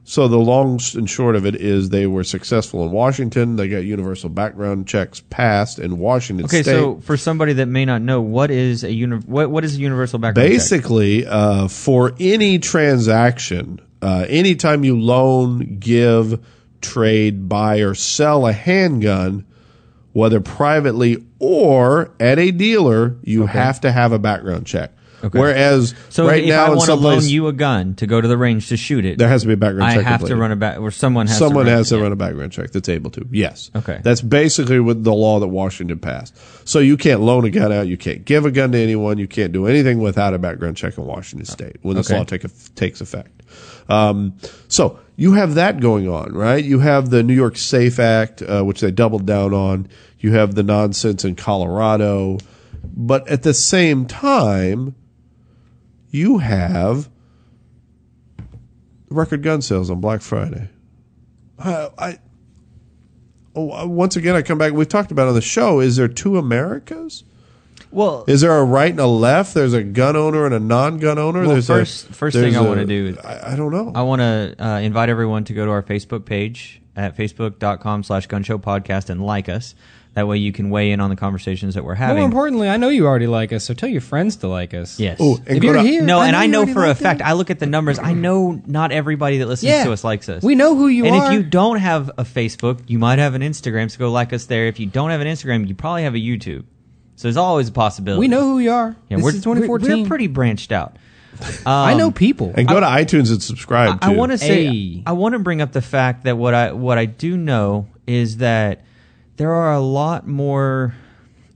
Speaker 4: so the long and short of it is they were successful in Washington. They got universal background checks passed in Washington
Speaker 1: Okay,
Speaker 4: State.
Speaker 1: so for somebody that may not know, what is a uni- what what is a universal background check?
Speaker 4: basically uh, for any transaction uh, anytime you loan give trade buy or sell a handgun whether privately or at a dealer you have to have a background check whereas
Speaker 1: So
Speaker 4: right
Speaker 1: if I
Speaker 4: now in
Speaker 1: want to
Speaker 4: some
Speaker 1: loan
Speaker 4: places
Speaker 1: you a gun to go to the range to shoot it,
Speaker 4: there has to be a background
Speaker 1: I
Speaker 4: check
Speaker 1: have to
Speaker 4: completed.
Speaker 1: run a back, or someone has
Speaker 4: someone
Speaker 1: to run
Speaker 4: has
Speaker 1: it.
Speaker 4: to run a background check that's able to. Yes.
Speaker 1: Okay.
Speaker 4: That's basically what the law that Washington passed. So you can't loan a gun out. You can't give a gun to anyone. You can't do anything without a background check in Washington State when this
Speaker 1: Oh, Okay.
Speaker 4: law take, takes effect. Um, so you have that going on, right? You have the New York Safe Act, uh, which they doubled down on. You have the nonsense in Colorado, but at the same time, you have record gun sales on Black Friday. Uh, I oh, uh, once again I come back. We've talked about it on the show. Is there two Americas?
Speaker 1: Well,
Speaker 4: Is there a right and a left? There's a gun owner and a non-gun owner.
Speaker 1: Well,
Speaker 4: there's a-
Speaker 1: first- first thing
Speaker 4: there's
Speaker 1: I
Speaker 4: a-
Speaker 1: wanna do is-
Speaker 4: I, I don't know.
Speaker 1: I want to uh, invite everyone to go to our Facebook page at facebook.com slash gunshow podcast and like us. That way you can weigh in on the conversations that we're having.
Speaker 2: More importantly, I know you already like us, so tell your friends to like us.
Speaker 1: yes.
Speaker 4: Ooh, and
Speaker 2: If
Speaker 4: go
Speaker 2: you're
Speaker 4: to-
Speaker 2: here,
Speaker 1: no, and I
Speaker 2: you
Speaker 1: know
Speaker 2: already
Speaker 1: for a
Speaker 2: like
Speaker 1: fact,
Speaker 2: them.
Speaker 1: I look at the numbers. I know not everybody that listens
Speaker 2: Yeah.
Speaker 1: to us likes us.
Speaker 2: We know who you
Speaker 1: and
Speaker 2: are.
Speaker 1: if you don't have a Facebook, you might have an Instagram, so go like us there. If you don't have an Instagram, you probably have a YouTube. So there's always a possibility.
Speaker 2: we know who you are.
Speaker 1: Yeah,
Speaker 2: this
Speaker 1: we're,
Speaker 2: is 2014.
Speaker 1: We're, we're pretty branched out.
Speaker 2: (laughs)
Speaker 1: Um,
Speaker 2: I know people.
Speaker 4: and go to iTunes and subscribe.
Speaker 1: I,
Speaker 4: too.
Speaker 1: want to say
Speaker 2: Hey.
Speaker 1: I want to bring up the fact that what I what I do know is that there are a lot more.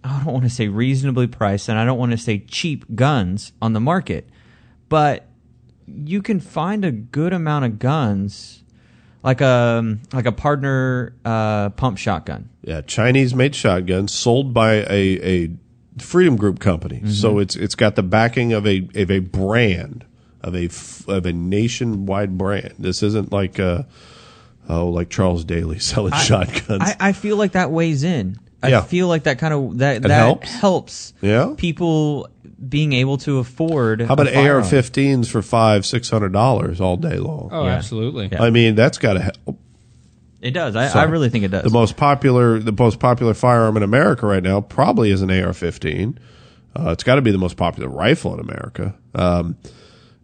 Speaker 1: I don't want to say reasonably priced, and I don't want to say cheap guns on the market, but you can find a good amount of guns, like a like a partner uh, pump shotgun.
Speaker 4: yeah, Chinese-made shotgun sold by a a Freedom Group company.
Speaker 1: Mm-hmm.
Speaker 4: So it's it's got the backing of a of a brand of a f- of a nationwide brand. This isn't like uh oh like Charles Daly (laughs) selling shotguns.
Speaker 1: I, I feel like that weighs in. I
Speaker 4: Yeah.
Speaker 1: feel like that kind of that
Speaker 4: It
Speaker 1: that
Speaker 4: helps? Yeah.
Speaker 1: people being able to afford.
Speaker 4: How about
Speaker 1: a firearm.
Speaker 4: AR-15s for five, six hundred dollars all day long?
Speaker 2: Oh,
Speaker 1: Yeah.
Speaker 2: absolutely.
Speaker 1: Yeah.
Speaker 4: I mean, that's got to help.
Speaker 1: It does. I, I
Speaker 4: Sorry.
Speaker 1: really think it does.
Speaker 4: The most popular, the most popular firearm in America right now probably is an AR-15. Uh, it's got to be the most popular rifle in America, um,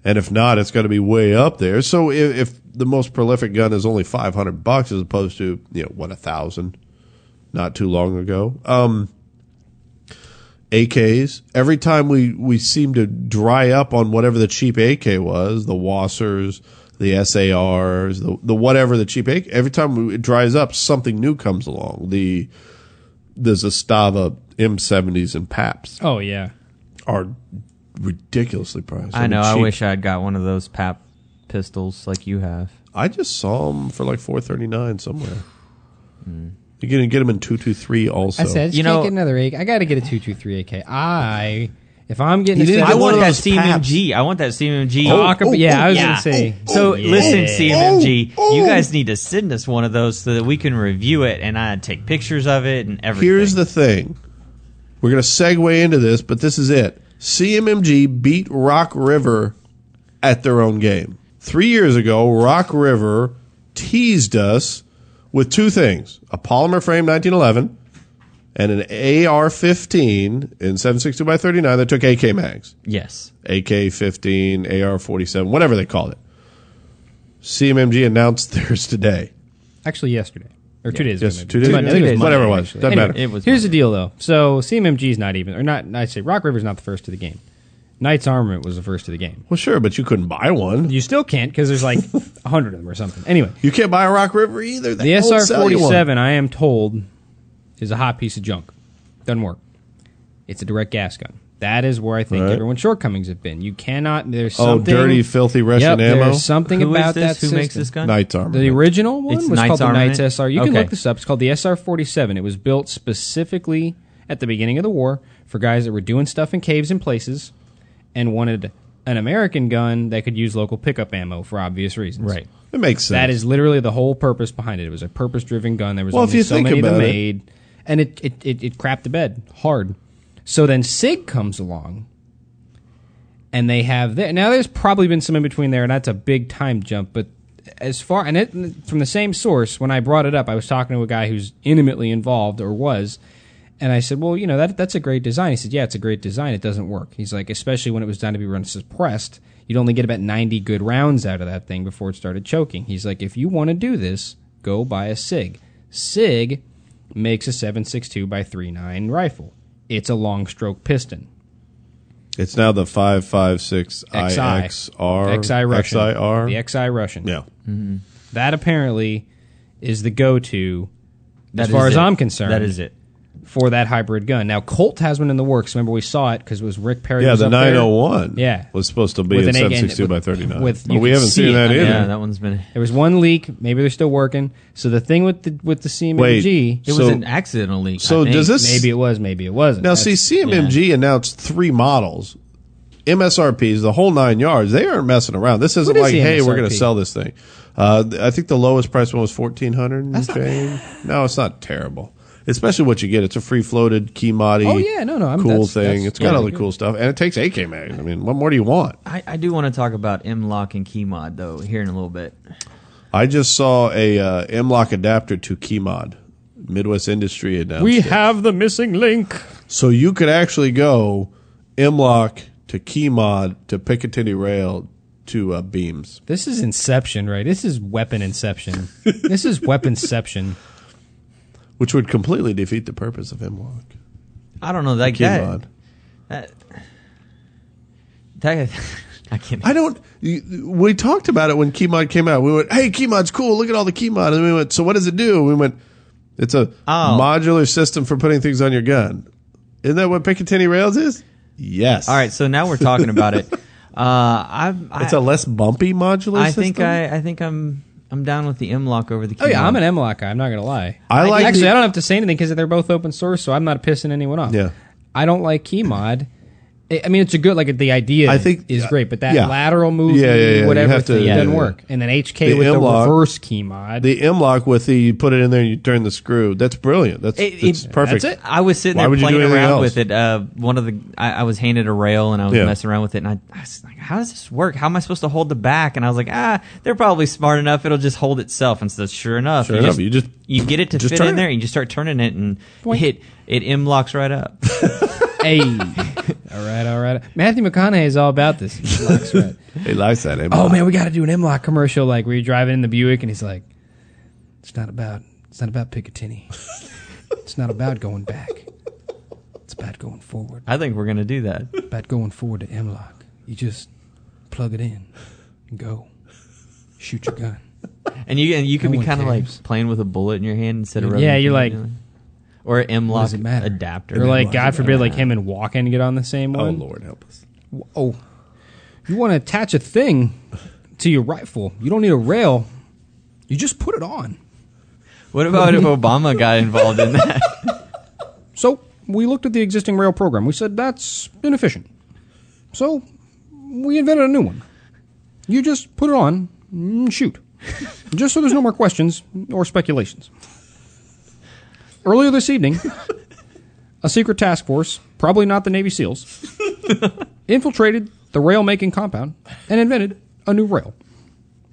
Speaker 4: and if not, it's got to be way up there. So if, if the most prolific gun is only five hundred bucks as opposed to you know what a thousand, not too long ago, um, AKs. Every time we we seem to dry up on whatever the cheap AK was, the Wassers, the SARs, the the whatever the cheap AK. Every time it dries up, something new comes along. The the Zastava M70s and Paps
Speaker 2: Oh yeah.
Speaker 4: are ridiculously priced.
Speaker 1: I know.
Speaker 4: mean,
Speaker 1: I
Speaker 4: cheap-
Speaker 1: wish I'd got one of those PAP pistols like you have.
Speaker 4: I just saw them for like four thirty nine somewhere. You can get them in two two three also.
Speaker 2: I said I just
Speaker 1: You
Speaker 2: can't
Speaker 1: know-
Speaker 2: get another AK. I got to get a two two three AK. I if I'm getting
Speaker 4: You
Speaker 2: a seven-
Speaker 4: didn't get
Speaker 1: I
Speaker 4: one
Speaker 1: want
Speaker 4: of
Speaker 1: that
Speaker 4: those Paps.
Speaker 1: CMMG. I want that CMMG.
Speaker 2: Talk ab- yeah, I was
Speaker 1: Oh, yeah.
Speaker 2: gonna say.
Speaker 4: Oh,
Speaker 2: Oh,
Speaker 1: So
Speaker 2: yeah.
Speaker 1: listen, CMMG, you guys need to send us one of those so that we can review it and I take pictures of it and everything.
Speaker 4: Here's the thing. We're going to segue into this, but this is it. CMMG beat Rock River at their own game. Three years ago, Rock River teased us with two things a polymer frame 1911 and an AR 15 in 762 by 39 that took AK mags.
Speaker 1: yes.
Speaker 4: AK 15, AR 47, whatever they called it. CMMG announced (laughs) theirs today.
Speaker 2: actually yesterday or two days ago.
Speaker 4: Yes,
Speaker 2: maybe.
Speaker 4: two days
Speaker 2: Monday.
Speaker 4: ago.
Speaker 2: I think
Speaker 4: Two days. Whatever it was.
Speaker 2: actually.
Speaker 4: Doesn't
Speaker 2: Anyway,
Speaker 4: matter.
Speaker 1: It was
Speaker 2: Here's the deal, though. So CMMG's not even, or not. I say Rock River's not the first to the game. Knight's Armament was the first to the game.
Speaker 4: Well, sure, but you couldn't buy one.
Speaker 2: You still can't because there's
Speaker 4: (laughs)
Speaker 2: like a hundred of them or something. Anyway,
Speaker 4: You can't buy a Rock River either. They
Speaker 2: the
Speaker 4: won't
Speaker 2: SR
Speaker 4: sell you
Speaker 2: forty
Speaker 4: one.
Speaker 2: seven, I am told, is a hot piece of junk. Doesn't work. It's a direct gas gun. That is where I think
Speaker 4: Right.
Speaker 2: everyone's shortcomings have been. You cannot. There's
Speaker 4: Oh,
Speaker 2: something.
Speaker 4: dirty, filthy Russian
Speaker 2: yep,
Speaker 4: ammo.
Speaker 2: There's something
Speaker 1: Who is
Speaker 2: about
Speaker 1: this?
Speaker 2: that.
Speaker 1: Who makes
Speaker 2: system.
Speaker 1: this gun?
Speaker 4: Knight's armor.
Speaker 2: The original one
Speaker 1: It's
Speaker 2: was
Speaker 1: Knight's
Speaker 2: called the Knights
Speaker 1: Armament?
Speaker 2: SR. You can
Speaker 1: Okay.
Speaker 2: look this up. It's called the SR 47. It was built specifically at the beginning of the war for guys that were doing stuff in caves and places and wanted an American gun that could use local pickup ammo for obvious reasons.
Speaker 1: Right.
Speaker 4: it makes sense.
Speaker 2: That is literally the whole purpose behind it. It was a purpose driven gun. There was
Speaker 4: Well, if
Speaker 2: only
Speaker 4: you
Speaker 2: so
Speaker 4: think
Speaker 2: many of them
Speaker 4: about it-
Speaker 2: made. And it, it, it, it crapped the bed hard. So then SIG comes along and they have there. Now, there's probably been some in between there, and that's a big time jump. But as far and it from the same source, when I brought it up, I was talking to a guy who's intimately involved or was, and I said, "Well, you know that that's a great design." He said, "Yeah, it's a great design. It doesn't work." He's like, especially when it was done to be run suppressed, you'd only get about ninety good rounds out of that thing before it started choking. He's like, if you want to do this, go buy a Sig. Sig makes a 7.62 by 39 rifle. It's a long stroke piston.
Speaker 4: It's now the five five six IXR
Speaker 2: XI Russian.
Speaker 4: XIR.
Speaker 2: The XI Russian.
Speaker 4: yeah,
Speaker 2: That apparently is the go to
Speaker 1: That
Speaker 2: as far
Speaker 1: is
Speaker 2: as
Speaker 1: it.
Speaker 2: I'm concerned
Speaker 1: That is it.
Speaker 2: for that hybrid gun. Now, Colt has one in the works. Remember, we saw it because it was Rick Perry.
Speaker 4: yeah.
Speaker 2: was
Speaker 4: The
Speaker 2: up there.
Speaker 4: nine hundred one.
Speaker 2: Yeah.
Speaker 4: was supposed to be
Speaker 2: With an
Speaker 4: in
Speaker 2: egg and-
Speaker 4: seven sixty two by
Speaker 2: with-
Speaker 4: thirty nine.
Speaker 2: with-
Speaker 4: But
Speaker 2: you
Speaker 4: we
Speaker 2: can
Speaker 4: haven't
Speaker 2: see
Speaker 4: seen
Speaker 2: it on
Speaker 4: that
Speaker 2: the
Speaker 4: either.
Speaker 2: end.
Speaker 1: Yeah, that one's been.
Speaker 2: There was one leak. Maybe they're still working. So the thing with the with the CMMG,
Speaker 1: It was
Speaker 4: So-
Speaker 1: an accidental leak.
Speaker 4: So
Speaker 1: I think.
Speaker 4: does this
Speaker 2: maybe it was, maybe it wasn't.
Speaker 4: now
Speaker 2: That's-
Speaker 4: see CMMG announced three models, MSRP's the whole nine yards. They aren't messing around. This isn't
Speaker 2: What is
Speaker 4: like
Speaker 2: the
Speaker 4: hey, we're
Speaker 2: MSRP?
Speaker 4: going to sell this thing. Uh, th- I think the lowest price one was fourteen hundred. No, it's not terrible. Especially what you get. It's a free floated key modi.
Speaker 2: Oh, yeah, no, no, I'm-
Speaker 4: cool
Speaker 2: that's-
Speaker 4: thing.
Speaker 2: that's-
Speaker 4: it's got
Speaker 2: yeah.
Speaker 4: all the cool stuff, and it takes AK mags. I mean, what more do you want?
Speaker 1: I, I do want to talk about M Lock and Key Mod though here in a little bit.
Speaker 4: I just saw a uh, MLOC adapter to Keymod. Midwest Industry announced
Speaker 2: we
Speaker 4: it.
Speaker 2: have the missing link.
Speaker 4: so you could actually go MLOC to Keymod to Picatinny Rail to uh, Beams.
Speaker 2: This is Inception, right? This is Weapon
Speaker 4: (laughs)
Speaker 2: Inception. this is Weaponception.
Speaker 4: Which would completely defeat the purpose of MLOC.
Speaker 1: I don't know like
Speaker 4: Keymod.
Speaker 1: that. That, (laughs) that I can't.
Speaker 4: I don't. you- We talked about it when Keymod came out. We went, "Hey, Keymod's cool. Look at all the Keymod." And then we went, "So what does it do?" And we went, "It's a
Speaker 1: Oh.
Speaker 4: modular system for putting things on your gun." Isn't that what Picatinny Rails is? Yes.
Speaker 1: All right, so now we're talking about
Speaker 4: (laughs)
Speaker 1: it. Uh, I'm. I,
Speaker 4: It's a less bumpy modular
Speaker 1: I
Speaker 4: system.
Speaker 1: think I, I think I'm I'm down with the M Lock over the. Key
Speaker 2: Oh yeah, I'm
Speaker 1: Mod.
Speaker 2: an MLOC guy. I'm not gonna lie.
Speaker 4: I like
Speaker 2: actually.
Speaker 4: the-
Speaker 2: I don't have to say anything because they're both open source, so I'm not pissing anyone off.
Speaker 4: Yeah.
Speaker 2: I don't like Keymod, I I mean, it's a good like the idea.
Speaker 4: I think-
Speaker 2: is
Speaker 4: yeah.
Speaker 2: great, but that
Speaker 4: Yeah.
Speaker 2: lateral movement,
Speaker 4: Yeah, yeah, yeah. You
Speaker 2: whatever
Speaker 4: have to-
Speaker 2: thing,
Speaker 4: yeah,
Speaker 2: doesn't
Speaker 4: yeah.
Speaker 2: work. And then HK
Speaker 4: The
Speaker 2: with the
Speaker 4: M-lock-
Speaker 2: reverse key mod.
Speaker 4: The M lock with the you put it in there and you turn the screw. That's brilliant. That's
Speaker 1: It-
Speaker 4: that's
Speaker 1: it-
Speaker 4: perfect.
Speaker 2: that's it.
Speaker 1: I was sitting
Speaker 4: Why
Speaker 1: there
Speaker 4: would you do
Speaker 1: playing
Speaker 4: anything
Speaker 1: around
Speaker 4: else?
Speaker 1: with it. Uh, one of the I, I was handed a rail and I was
Speaker 4: Yeah.
Speaker 1: messing around with it, and I, I was like, "How does this work? How am I supposed to hold the back?" And I was like, "Ah, they're probably smart enough; it'll just hold itself." And so, sure enough,
Speaker 4: Sure enough, you just-
Speaker 1: you get it to
Speaker 4: just
Speaker 1: fit
Speaker 4: turn
Speaker 1: in
Speaker 4: it.
Speaker 1: there, and you just start turning it, and hit it M locks right
Speaker 4: (laughs)
Speaker 1: up.
Speaker 2: hey, (laughs) all right, all right. Matthew McConaughey is all about this. He likes red.
Speaker 4: He likes that
Speaker 2: (laughs)
Speaker 4: M
Speaker 2: oh
Speaker 4: lock.
Speaker 2: man, we got to do an M-lock commercial, like where you're driving in the Buick, and he's like, "It's not about, it's not about Picatinny. it's not about going back. It's about going forward.
Speaker 1: I think we're gonna do that.
Speaker 2: About going forward to M-lock. You just plug it in and go. Shoot your gun.
Speaker 1: And you and you can
Speaker 2: No
Speaker 1: be
Speaker 2: one
Speaker 1: kind of like
Speaker 2: cares.
Speaker 1: playing with a bullet in your hand instead of
Speaker 2: Yeah,
Speaker 1: rubbing your
Speaker 2: you're
Speaker 1: finger
Speaker 2: like-
Speaker 1: down. or an M
Speaker 2: What
Speaker 1: lock
Speaker 2: does it matter?
Speaker 1: adapter.
Speaker 2: Or like,
Speaker 1: Why does
Speaker 2: God
Speaker 1: it
Speaker 2: forbid, like
Speaker 1: matter?
Speaker 2: him and Walken get on the same
Speaker 4: Oh
Speaker 2: one.
Speaker 4: Lord, help us.
Speaker 2: Oh, you want to attach a thing to your rifle? You don't need a rail. You just put it on.
Speaker 1: What
Speaker 2: (laughs)
Speaker 1: about if Obama got involved in that? (laughs)
Speaker 2: So we looked at the existing rail program. We said that's inefficient. So we invented a new one. You just put it on and shoot. (laughs) just so there's no more questions or speculations. Earlier this evening, a secret task force, probably not the Navy SEALs, infiltrated the rail making compound and invented a new rail.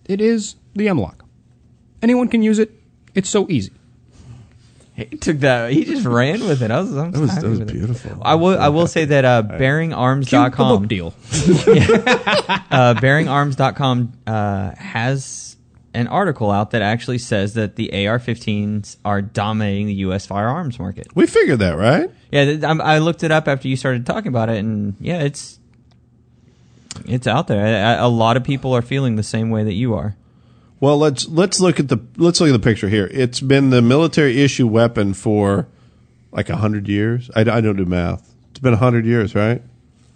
Speaker 2: It is the M lock. Anyone can use it. It's so easy.
Speaker 1: He took that. He just ran with it. I was, I'm
Speaker 4: That was-
Speaker 1: happy
Speaker 4: that was
Speaker 1: with it.
Speaker 4: beautiful.
Speaker 1: I will. I will say that uh,
Speaker 2: Cue the
Speaker 1: bearingarms.com
Speaker 2: book deal.
Speaker 1: uh, bearingarms.com uh, has an article out that actually says that the AR-15s are dominating the U.S. firearms market.
Speaker 4: We figured that, right?
Speaker 1: Yeah, th- I'm- I looked it up after you started talking about it, and yeah, it's it's out there. I- I- A lot of people are feeling the same way that you are.
Speaker 4: Well, let's let's look at the let's look at the picture here. It's been the military issue weapon for like hundred years. I, I don't do math. It's been hundred years, right?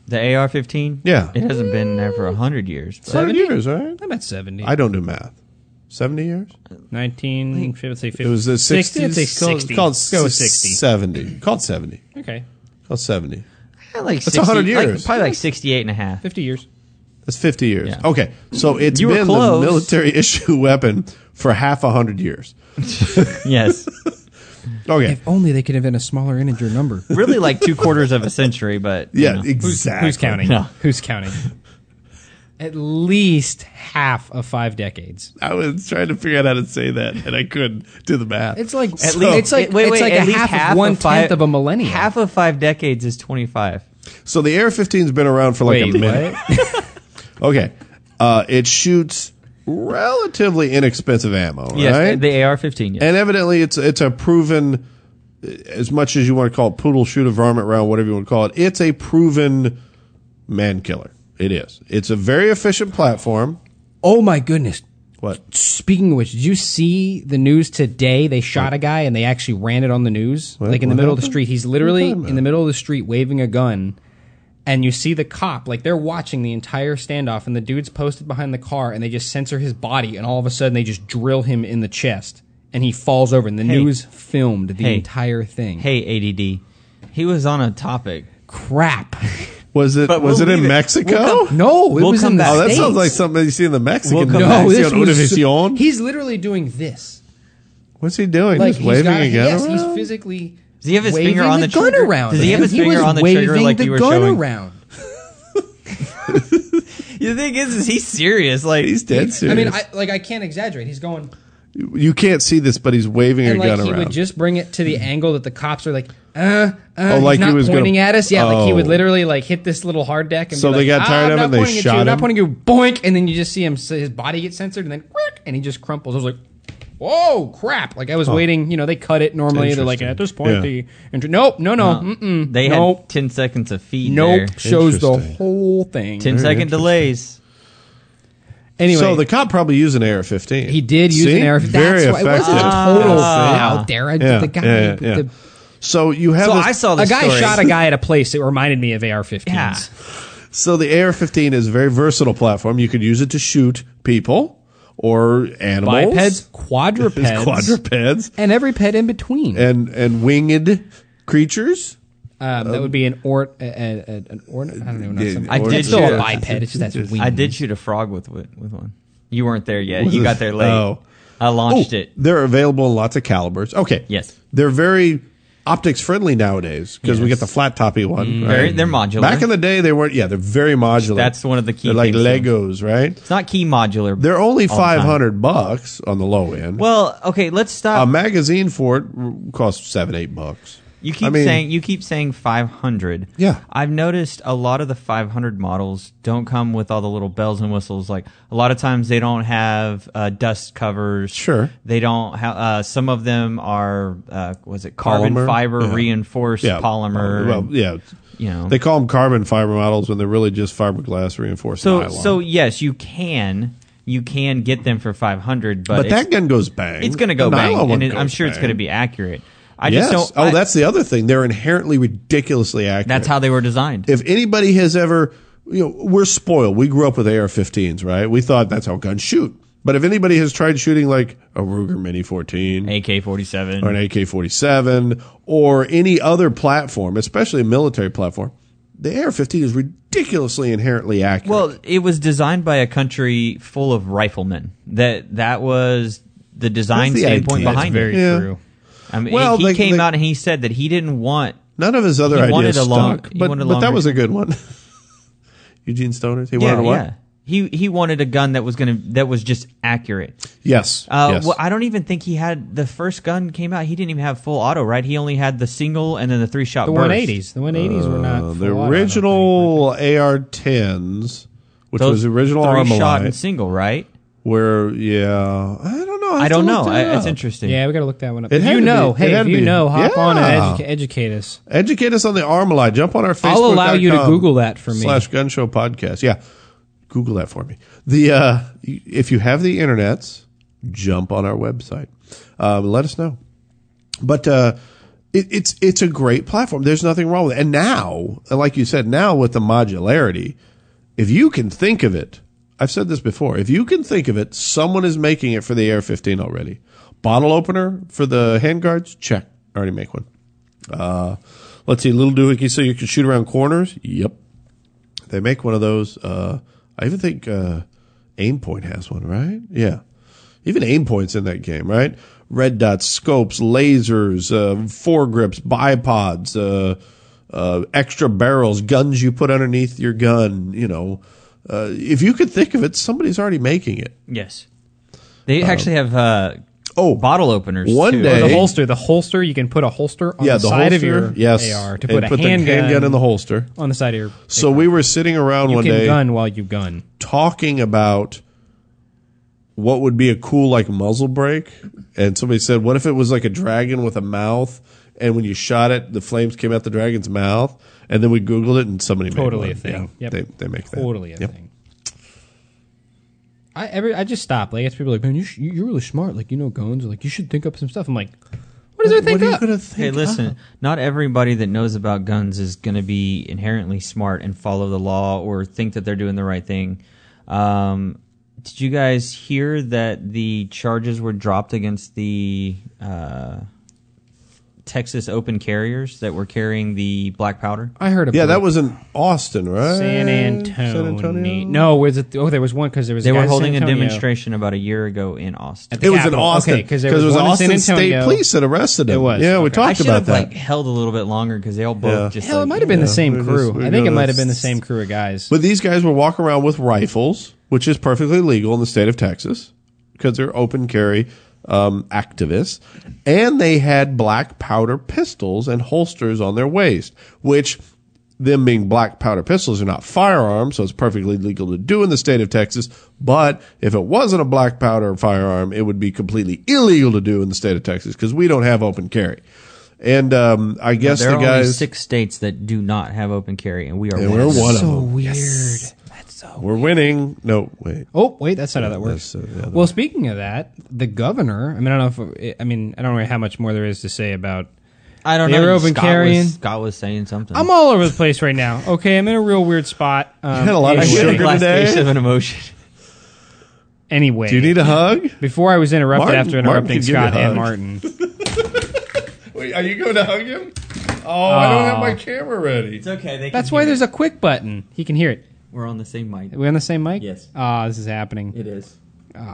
Speaker 1: The AR-15.
Speaker 4: Yeah.
Speaker 1: it hasn't been there for hundred years. but-
Speaker 4: Hundred years, right?
Speaker 2: I'm at 70.
Speaker 4: I don't do math. Seventy years.
Speaker 2: 19, fi- let's say 50.
Speaker 4: It was the 60s.
Speaker 2: Let's say
Speaker 4: It's called-
Speaker 2: 60.
Speaker 4: Called
Speaker 2: Let's go with
Speaker 4: 60.
Speaker 2: 60.
Speaker 4: 70. Called 70.
Speaker 2: Okay.
Speaker 4: Called 70.
Speaker 1: Yeah, like
Speaker 4: That's
Speaker 1: 60
Speaker 4: 100
Speaker 1: like-
Speaker 4: years.
Speaker 1: probably like 68 and
Speaker 2: (laughs)
Speaker 1: a half.
Speaker 2: 50 years.
Speaker 4: That's 50 years.
Speaker 1: Yeah.
Speaker 4: Okay. So it's
Speaker 1: You were
Speaker 4: been the
Speaker 1: close.
Speaker 4: military (laughs) issue weapon for half a hundred years.
Speaker 1: yes.
Speaker 4: Okay.
Speaker 2: If only they could invent a smaller integer (laughs) number.
Speaker 1: Really like two quarters of a century, but. you
Speaker 4: yeah,
Speaker 1: know.
Speaker 4: exactly.
Speaker 2: Who's counting?
Speaker 1: No.
Speaker 2: Who's counting? At least half of five decades.
Speaker 4: (laughs) I was trying to figure out how to say that, and I couldn't do the math.
Speaker 2: It's like
Speaker 4: So-
Speaker 2: it's like
Speaker 1: Wait, wait,
Speaker 2: it's like
Speaker 1: at
Speaker 2: a
Speaker 1: least
Speaker 2: half, of one tenth
Speaker 1: five-
Speaker 2: of a millennium.
Speaker 1: Half of five decades is 25.
Speaker 4: So the Air 15's been around for like
Speaker 2: Wait,
Speaker 4: a minute. Okay. Uh, it shoots relatively inexpensive ammo,
Speaker 1: Yes,
Speaker 4: right?
Speaker 1: the AR 15. Yes.
Speaker 4: and evidently, it's it's a proven, as much as you want to call it poodle, shoot a varmint round, whatever you want to call it, it's a proven man killer. It is. It's a very efficient platform.
Speaker 2: oh my goodness.
Speaker 4: What?
Speaker 2: Speaking of which, did you see the news today? They shot a guy and they actually ran it on the news. like in the
Speaker 4: what
Speaker 2: middle of the
Speaker 4: happened?
Speaker 2: street. He's literally in the middle of the street waving a gun. And you see the cop, like they're watching the entire standoff, and the dude's posted behind the car, and they just censor his body, and all of a sudden they just drill him in the chest, and he falls over, and the news filmed the
Speaker 1: Hey.
Speaker 2: entire thing.
Speaker 1: hey, ADD. He was on a topic.
Speaker 2: Crap!
Speaker 4: Was it
Speaker 1: But
Speaker 4: was
Speaker 1: we'll
Speaker 4: it in
Speaker 1: leave it.
Speaker 4: Mexico?
Speaker 2: No, it
Speaker 1: We'll
Speaker 2: was
Speaker 1: come
Speaker 2: in the
Speaker 1: back.
Speaker 4: Oh, that
Speaker 2: States.
Speaker 4: sounds like something you see in the
Speaker 1: We'll
Speaker 4: Mexican.
Speaker 1: come
Speaker 4: the
Speaker 1: back.
Speaker 2: no, this
Speaker 4: Mexican
Speaker 2: was,
Speaker 4: Univision?
Speaker 2: he's literally doing this.
Speaker 4: What's he doing?
Speaker 2: Like
Speaker 4: He's waving
Speaker 2: got,
Speaker 4: a gun
Speaker 2: yes,
Speaker 4: around?
Speaker 2: he's physically.
Speaker 1: Does he have his
Speaker 2: waving
Speaker 1: finger on the
Speaker 2: gun
Speaker 1: trigger?
Speaker 2: around?
Speaker 1: Does he have
Speaker 2: man.
Speaker 1: his finger
Speaker 2: was
Speaker 1: on the trigger
Speaker 2: waving
Speaker 1: like
Speaker 2: the
Speaker 1: you were
Speaker 2: gun
Speaker 1: showing?
Speaker 2: around?
Speaker 1: The thing is, is he's serious. Like,
Speaker 4: He's dead serious.
Speaker 2: I mean, I, like I can't exaggerate. He's going.
Speaker 4: you can't see this, but he's waving a
Speaker 2: and like
Speaker 4: gun
Speaker 2: he
Speaker 4: around.
Speaker 2: would just bring it to the angle that the cops are like, uh, uh,
Speaker 4: Oh, like
Speaker 2: he's
Speaker 4: he
Speaker 2: not
Speaker 4: was gonna-
Speaker 2: pointing at us. Yeah, like he would
Speaker 4: Oh.
Speaker 2: literally like hit this little hard deck. And
Speaker 4: So
Speaker 2: be
Speaker 4: they
Speaker 2: like,
Speaker 4: got
Speaker 2: "Ah,
Speaker 4: tired
Speaker 2: I'm
Speaker 4: of it
Speaker 2: not
Speaker 4: and they
Speaker 2: pointing at you,
Speaker 4: shot
Speaker 2: I'm Not
Speaker 4: him?
Speaker 2: pointing at you, boink, and then you just see him. so His body gets censored, and then quick, and he just crumples. I was like. Whoa, crap! Like I was waiting, you know, they cut it normally. They're like,
Speaker 4: Oh. Interesting.
Speaker 2: at this point,
Speaker 4: Yeah.
Speaker 2: the intro. Nope, no, no, mm-mm,
Speaker 1: they had
Speaker 2: Mm. nope,
Speaker 1: 10 seconds of feed there.
Speaker 2: nope. Shows the
Speaker 4: Interesting.
Speaker 2: whole thing.
Speaker 1: 10 second delays.
Speaker 2: Anyway,
Speaker 4: so the cop probably used an AR-15.
Speaker 2: he did use
Speaker 4: See?
Speaker 2: an air.
Speaker 4: Very
Speaker 2: That's why it Uh,
Speaker 4: effective.
Speaker 2: wasn't total
Speaker 4: Ah.
Speaker 2: out there. I-
Speaker 4: Yeah,
Speaker 2: the guy,
Speaker 4: yeah,
Speaker 2: with
Speaker 4: yeah.
Speaker 2: the
Speaker 4: So you have
Speaker 1: So
Speaker 4: this-
Speaker 1: I saw
Speaker 2: a
Speaker 1: this
Speaker 2: guy
Speaker 1: story.
Speaker 2: shot a guy at a place that reminded me of AR-15s.
Speaker 1: Yeah.
Speaker 4: So the AR-15 is a very versatile platform. You could use it to shoot people or animals,
Speaker 2: Bipeds, quadrupeds,
Speaker 4: quadrupeds,
Speaker 2: and every pet in between.
Speaker 4: and and winged creatures.
Speaker 2: Um, that would be an ort, a, a, a- an ort. I don't even know.
Speaker 4: Yeah,
Speaker 2: something.
Speaker 1: I did
Speaker 2: it's still a
Speaker 1: shoot a-
Speaker 2: biped. It's just that's wings.
Speaker 1: I did shoot a frog with with with one. You weren't there yet. You
Speaker 4: With-
Speaker 1: got there late.
Speaker 4: oh.
Speaker 1: I launched
Speaker 4: Oh,
Speaker 1: it.
Speaker 4: They're available in lots of calibers. Okay.
Speaker 1: Yes.
Speaker 4: They're very optics friendly nowadays because we
Speaker 1: Yes. Mm,
Speaker 4: get the flat toppy one.
Speaker 1: Very-
Speaker 4: right?
Speaker 1: they're modular.
Speaker 4: Back in the day, they weren't. Yeah, they're very modular.
Speaker 1: That's one of the key
Speaker 4: They're like
Speaker 1: things, though.
Speaker 4: Legos, right?
Speaker 1: It's not key modular.
Speaker 4: They're only
Speaker 1: all the time.
Speaker 4: five hundred bucks on the low end.
Speaker 1: Well, okay, let's
Speaker 4: a
Speaker 1: stop.
Speaker 4: magazine for it r- costs seven, eight bucks.
Speaker 1: you keep
Speaker 4: I mean-
Speaker 1: saying you keep saying 500.
Speaker 4: Yeah.
Speaker 1: I've noticed a lot of the 500 models don't come with all the little bells and whistles. Like a lot of times they don't have uh, dust covers.
Speaker 4: Sure.
Speaker 1: They don't have. Uh, some of them are uh, was it carbon
Speaker 4: Polymer?
Speaker 1: fiber
Speaker 4: Yeah.
Speaker 1: reinforced polymer.
Speaker 4: Well, yeah.
Speaker 1: you know.
Speaker 4: they call them carbon fiber models when they're really just fiberglass reinforced
Speaker 1: So
Speaker 4: nylon.
Speaker 1: so yes, you can you can get them for 500, but,
Speaker 4: but
Speaker 1: it's-
Speaker 4: that gun goes bang.
Speaker 1: it's going to go
Speaker 4: The nylon
Speaker 1: bang, and
Speaker 4: one
Speaker 1: it, I'm
Speaker 4: goes
Speaker 1: sure it's
Speaker 4: bang.
Speaker 1: going to be accurate. I
Speaker 4: yes.
Speaker 1: just
Speaker 4: oh,
Speaker 1: don't. I-
Speaker 4: that's the other thing. They're inherently ridiculously accurate.
Speaker 1: that's how they were designed.
Speaker 4: if anybody has ever, you know, we're spoiled. We grew up with AR-15s, right? We thought that's how guns shoot. But if anybody has tried shooting like a Ruger Mini 14
Speaker 1: AK-47.
Speaker 4: or an AK-47 or any other platform, especially a military platform, the AR-15 is ridiculously inherently accurate.
Speaker 1: Well, it was designed by a country full of riflemen. That that was the design
Speaker 4: That's the
Speaker 1: standpoint
Speaker 4: idea.
Speaker 1: behind
Speaker 2: very
Speaker 1: it.
Speaker 4: Yeah.
Speaker 2: true.
Speaker 1: I mean,
Speaker 4: Well,
Speaker 1: he
Speaker 4: they-
Speaker 1: came
Speaker 4: they-
Speaker 1: out and he said that he didn't want.
Speaker 4: None of his other
Speaker 1: He
Speaker 4: ideas
Speaker 1: wanted a long-
Speaker 4: stuck,
Speaker 1: he
Speaker 4: but,
Speaker 1: wanted a
Speaker 4: but that
Speaker 1: long
Speaker 4: was a good one. (laughs) Eugene Stoner's. He
Speaker 1: Yeah,
Speaker 4: wanted a what?
Speaker 1: yeah. He he wanted a gun that was gonna that was just accurate.
Speaker 4: Yes.
Speaker 1: Uh,
Speaker 4: yes.
Speaker 1: Well, I don't even think he had the first gun came out. He didn't even have full auto, right? He only had the single and then the three shot.
Speaker 2: The 180s. The 180s were not
Speaker 4: Uh,
Speaker 2: full
Speaker 4: the
Speaker 2: auto, I don't
Speaker 4: original AR-10s, which was the original
Speaker 1: three
Speaker 4: Armalite,
Speaker 1: shot and single, right?
Speaker 4: where yeah, I don't know.
Speaker 1: I
Speaker 4: have to
Speaker 1: don't know.
Speaker 4: look that
Speaker 1: I, it's
Speaker 4: up.
Speaker 1: interesting.
Speaker 2: Yeah, we got to look that one up.
Speaker 4: It
Speaker 2: If
Speaker 4: had
Speaker 2: you
Speaker 4: to
Speaker 2: know,
Speaker 4: be. It
Speaker 2: hey,
Speaker 4: had
Speaker 2: if
Speaker 4: to
Speaker 2: you
Speaker 4: be.
Speaker 2: know, hop
Speaker 4: Yeah.
Speaker 2: on and edu- educate us.
Speaker 4: Educate us on the Armalite. Jump on our Facebook.
Speaker 2: I'll allow you to Google that for me.
Speaker 4: Slash Gun Show Podcast. Yeah, Google that for me. The uh, y- if you have the internets, jump on our website. Um, let us know. But uh, it, it's it's a great platform. There's nothing wrong with it. And now, like you said, now with the modularity, if you can think of it, I've said this before. If you can think of it, someone is making it for the Air 15 already. Bottle opener for the handguards, check. I already make one. Uh, let's see, little doohickey so you can shoot around corners. Yep, they make one of those. Uh, I even think uh, Aimpoint has one, right? Yeah, even Aimpoint's in that game, right? Red dots, scopes, lasers, uh, foregrips, bipods, uh, uh, extra barrels, guns you put underneath your gun. You know, uh, if you could think of it, somebody's already making it.
Speaker 1: Yes. They actually have uh,
Speaker 4: Oh,
Speaker 1: bottle openers.
Speaker 4: one
Speaker 1: too.
Speaker 2: Or
Speaker 4: day-
Speaker 2: the
Speaker 4: Hey.
Speaker 2: holster. The holster. You can put a holster on the, side of your
Speaker 4: yes,
Speaker 2: AR to
Speaker 4: and
Speaker 2: put a
Speaker 4: the
Speaker 2: handgun,
Speaker 4: in the holster.
Speaker 2: on the side of your.
Speaker 4: So we were sitting around
Speaker 2: you
Speaker 4: one
Speaker 2: can
Speaker 4: day.
Speaker 2: gun while you gun.
Speaker 4: talking about what would be a cool like muzzle break and somebody said what if it was like a dragon with a mouth and when you shot it the flames came out the dragon's mouth and then we googled it and somebody
Speaker 2: Totally a
Speaker 4: made one.
Speaker 2: thing.
Speaker 4: Yeah,
Speaker 2: Yep.
Speaker 4: they, they make that
Speaker 2: Totally a
Speaker 4: Yep.
Speaker 2: thing. I every I just stop. Like it's people like, man, you sh- you're really smart. Like you know guns. Like you should think up some stuff. I'm like, what does there think
Speaker 4: what are you
Speaker 2: up?
Speaker 4: gonna think
Speaker 1: Hey, listen. Not everybody that knows about guns is going to be inherently smart and follow the law or think that they're doing the right thing. Um, did you guys hear that the charges were dropped against the uh, Texas open carriers that were carrying the black powder?
Speaker 2: I heard about
Speaker 4: yeah that
Speaker 2: it.
Speaker 4: was in austin right
Speaker 2: San Antonio.
Speaker 4: San Antonio?
Speaker 2: No, was it? Oh, there was one because there was.
Speaker 1: They
Speaker 2: a guy
Speaker 1: were
Speaker 2: in San
Speaker 1: holding a
Speaker 2: Antonio.
Speaker 1: demonstration about a year ago in Austin.
Speaker 2: the
Speaker 4: it was in
Speaker 2: Capitol.
Speaker 4: austin
Speaker 2: Okay, 'cause
Speaker 4: because
Speaker 2: there
Speaker 4: it
Speaker 2: was
Speaker 4: was
Speaker 2: one in San
Speaker 4: austin state
Speaker 2: Antonio.
Speaker 4: police that arrested him
Speaker 2: It was,
Speaker 4: yeah we
Speaker 2: okay.
Speaker 1: I
Speaker 4: talked
Speaker 1: should
Speaker 4: about
Speaker 1: have
Speaker 4: that
Speaker 1: like held a little bit longer because they all both
Speaker 4: Yeah.
Speaker 1: just
Speaker 2: Hell, it
Speaker 1: like,
Speaker 2: might have been the
Speaker 4: we're
Speaker 2: same
Speaker 4: just-
Speaker 2: crew.
Speaker 4: we're
Speaker 2: I think it
Speaker 4: gonna-
Speaker 2: might have been the same crew of guys.
Speaker 4: But these guys were walking around with rifles, which is perfectly legal in the state of Texas because they're open carry um, activists. And they had black powder pistols and holsters on their waist, which them being black powder pistols are not firearms, so it's perfectly legal to do in the state of Texas. But if it wasn't a black powder firearm, it would be completely illegal to do in the state of Texas because we don't have open carry. And um, I guess
Speaker 1: there
Speaker 4: the
Speaker 1: are only
Speaker 4: guys
Speaker 1: six states that do not have open carry, and we are
Speaker 4: And
Speaker 1: one.
Speaker 4: we're
Speaker 1: of them.
Speaker 4: one of
Speaker 2: so
Speaker 4: them.
Speaker 2: weird. That's so.
Speaker 4: We're winning. No, wait.
Speaker 2: Oh wait, that's not how that works.
Speaker 4: that's, uh, the other
Speaker 2: well, speaking of that, the governor. I mean, I don't know if I mean I don't know how much more there is to say about.
Speaker 1: I don't
Speaker 2: They
Speaker 1: know.
Speaker 2: were open
Speaker 1: Scott
Speaker 2: carrying.
Speaker 1: Was, Scott was saying something.
Speaker 2: I'm all over the place right now. Okay, I'm in a real weird spot. Um,
Speaker 4: had a lot of
Speaker 1: I
Speaker 2: anyway,
Speaker 1: should have
Speaker 4: Sugar
Speaker 1: glass
Speaker 4: today?
Speaker 1: case of an emotion.
Speaker 2: Anyway,
Speaker 4: Do you need a hug?
Speaker 2: before I was interrupted
Speaker 4: Martin-
Speaker 2: after
Speaker 4: Martin (laughs)
Speaker 2: interrupting
Speaker 4: could give you a
Speaker 2: Scott and
Speaker 4: hug.
Speaker 2: Martin.
Speaker 4: Wait, are you going to hug him? Oh, I don't have my camera
Speaker 1: (laughs)
Speaker 4: ready.
Speaker 1: It's okay. They
Speaker 2: That's why there's a quick button. He can hear it.
Speaker 1: We're on the same mic.
Speaker 2: Are we on the same mic?
Speaker 1: Yes.
Speaker 2: Ah, this is happening.
Speaker 1: It is.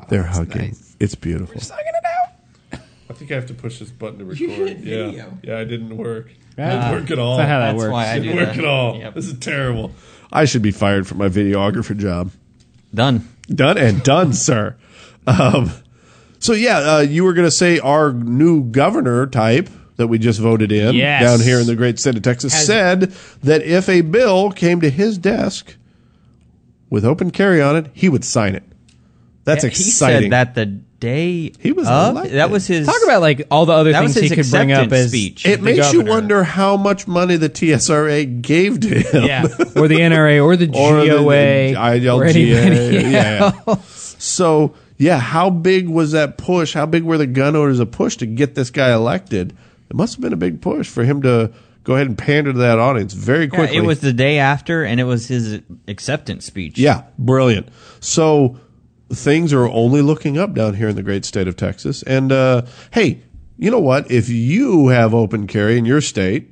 Speaker 4: They're hugging. It's beautiful.
Speaker 2: Sucking it out.
Speaker 4: I think I have to push this button to record. Yeah, yeah, it didn't work. It
Speaker 2: Ah,
Speaker 4: didn't work at all.
Speaker 2: That's not how that
Speaker 1: That's
Speaker 2: works.
Speaker 1: why I do
Speaker 4: didn't work
Speaker 1: that.
Speaker 4: at all.
Speaker 1: Yep.
Speaker 4: This is terrible. I should be fired from my videographer job.
Speaker 1: Done.
Speaker 4: Done and done, (laughs) sir. Um, so yeah, uh, you were going to say our new governor type that we just voted in
Speaker 2: Yes.
Speaker 4: down here in the great state of Texas said that if a bill came to his desk with open carry on it, he would sign it. That's
Speaker 1: Yeah, He
Speaker 4: exciting.
Speaker 1: said that the day
Speaker 4: He was
Speaker 1: of,
Speaker 4: elected.
Speaker 1: That was his.
Speaker 2: Talk about like all the other
Speaker 1: That was
Speaker 2: things he
Speaker 1: his
Speaker 2: could bring up
Speaker 1: acceptance
Speaker 2: as
Speaker 1: speech.
Speaker 4: it
Speaker 2: the
Speaker 4: makes you
Speaker 2: governor.
Speaker 4: wonder how much money the TSRA gave to him. (laughs)
Speaker 2: Yeah, or the NRA, or the
Speaker 4: Or the-
Speaker 2: GOA,
Speaker 4: the
Speaker 2: or
Speaker 4: ILGA.
Speaker 2: anybody (laughs)
Speaker 4: Yeah.
Speaker 2: else.
Speaker 4: So yeah, how big was that push? How big were the gun owners a push to get this guy elected? It must have been a big push for him to go ahead and pander to that audience very
Speaker 1: Yeah,
Speaker 4: quickly.
Speaker 1: it was the day after, and it was his acceptance speech.
Speaker 4: Yeah, brilliant. So things are only looking up down here in the great state of Texas. And uh, hey, you know what? If you have open carry in your state,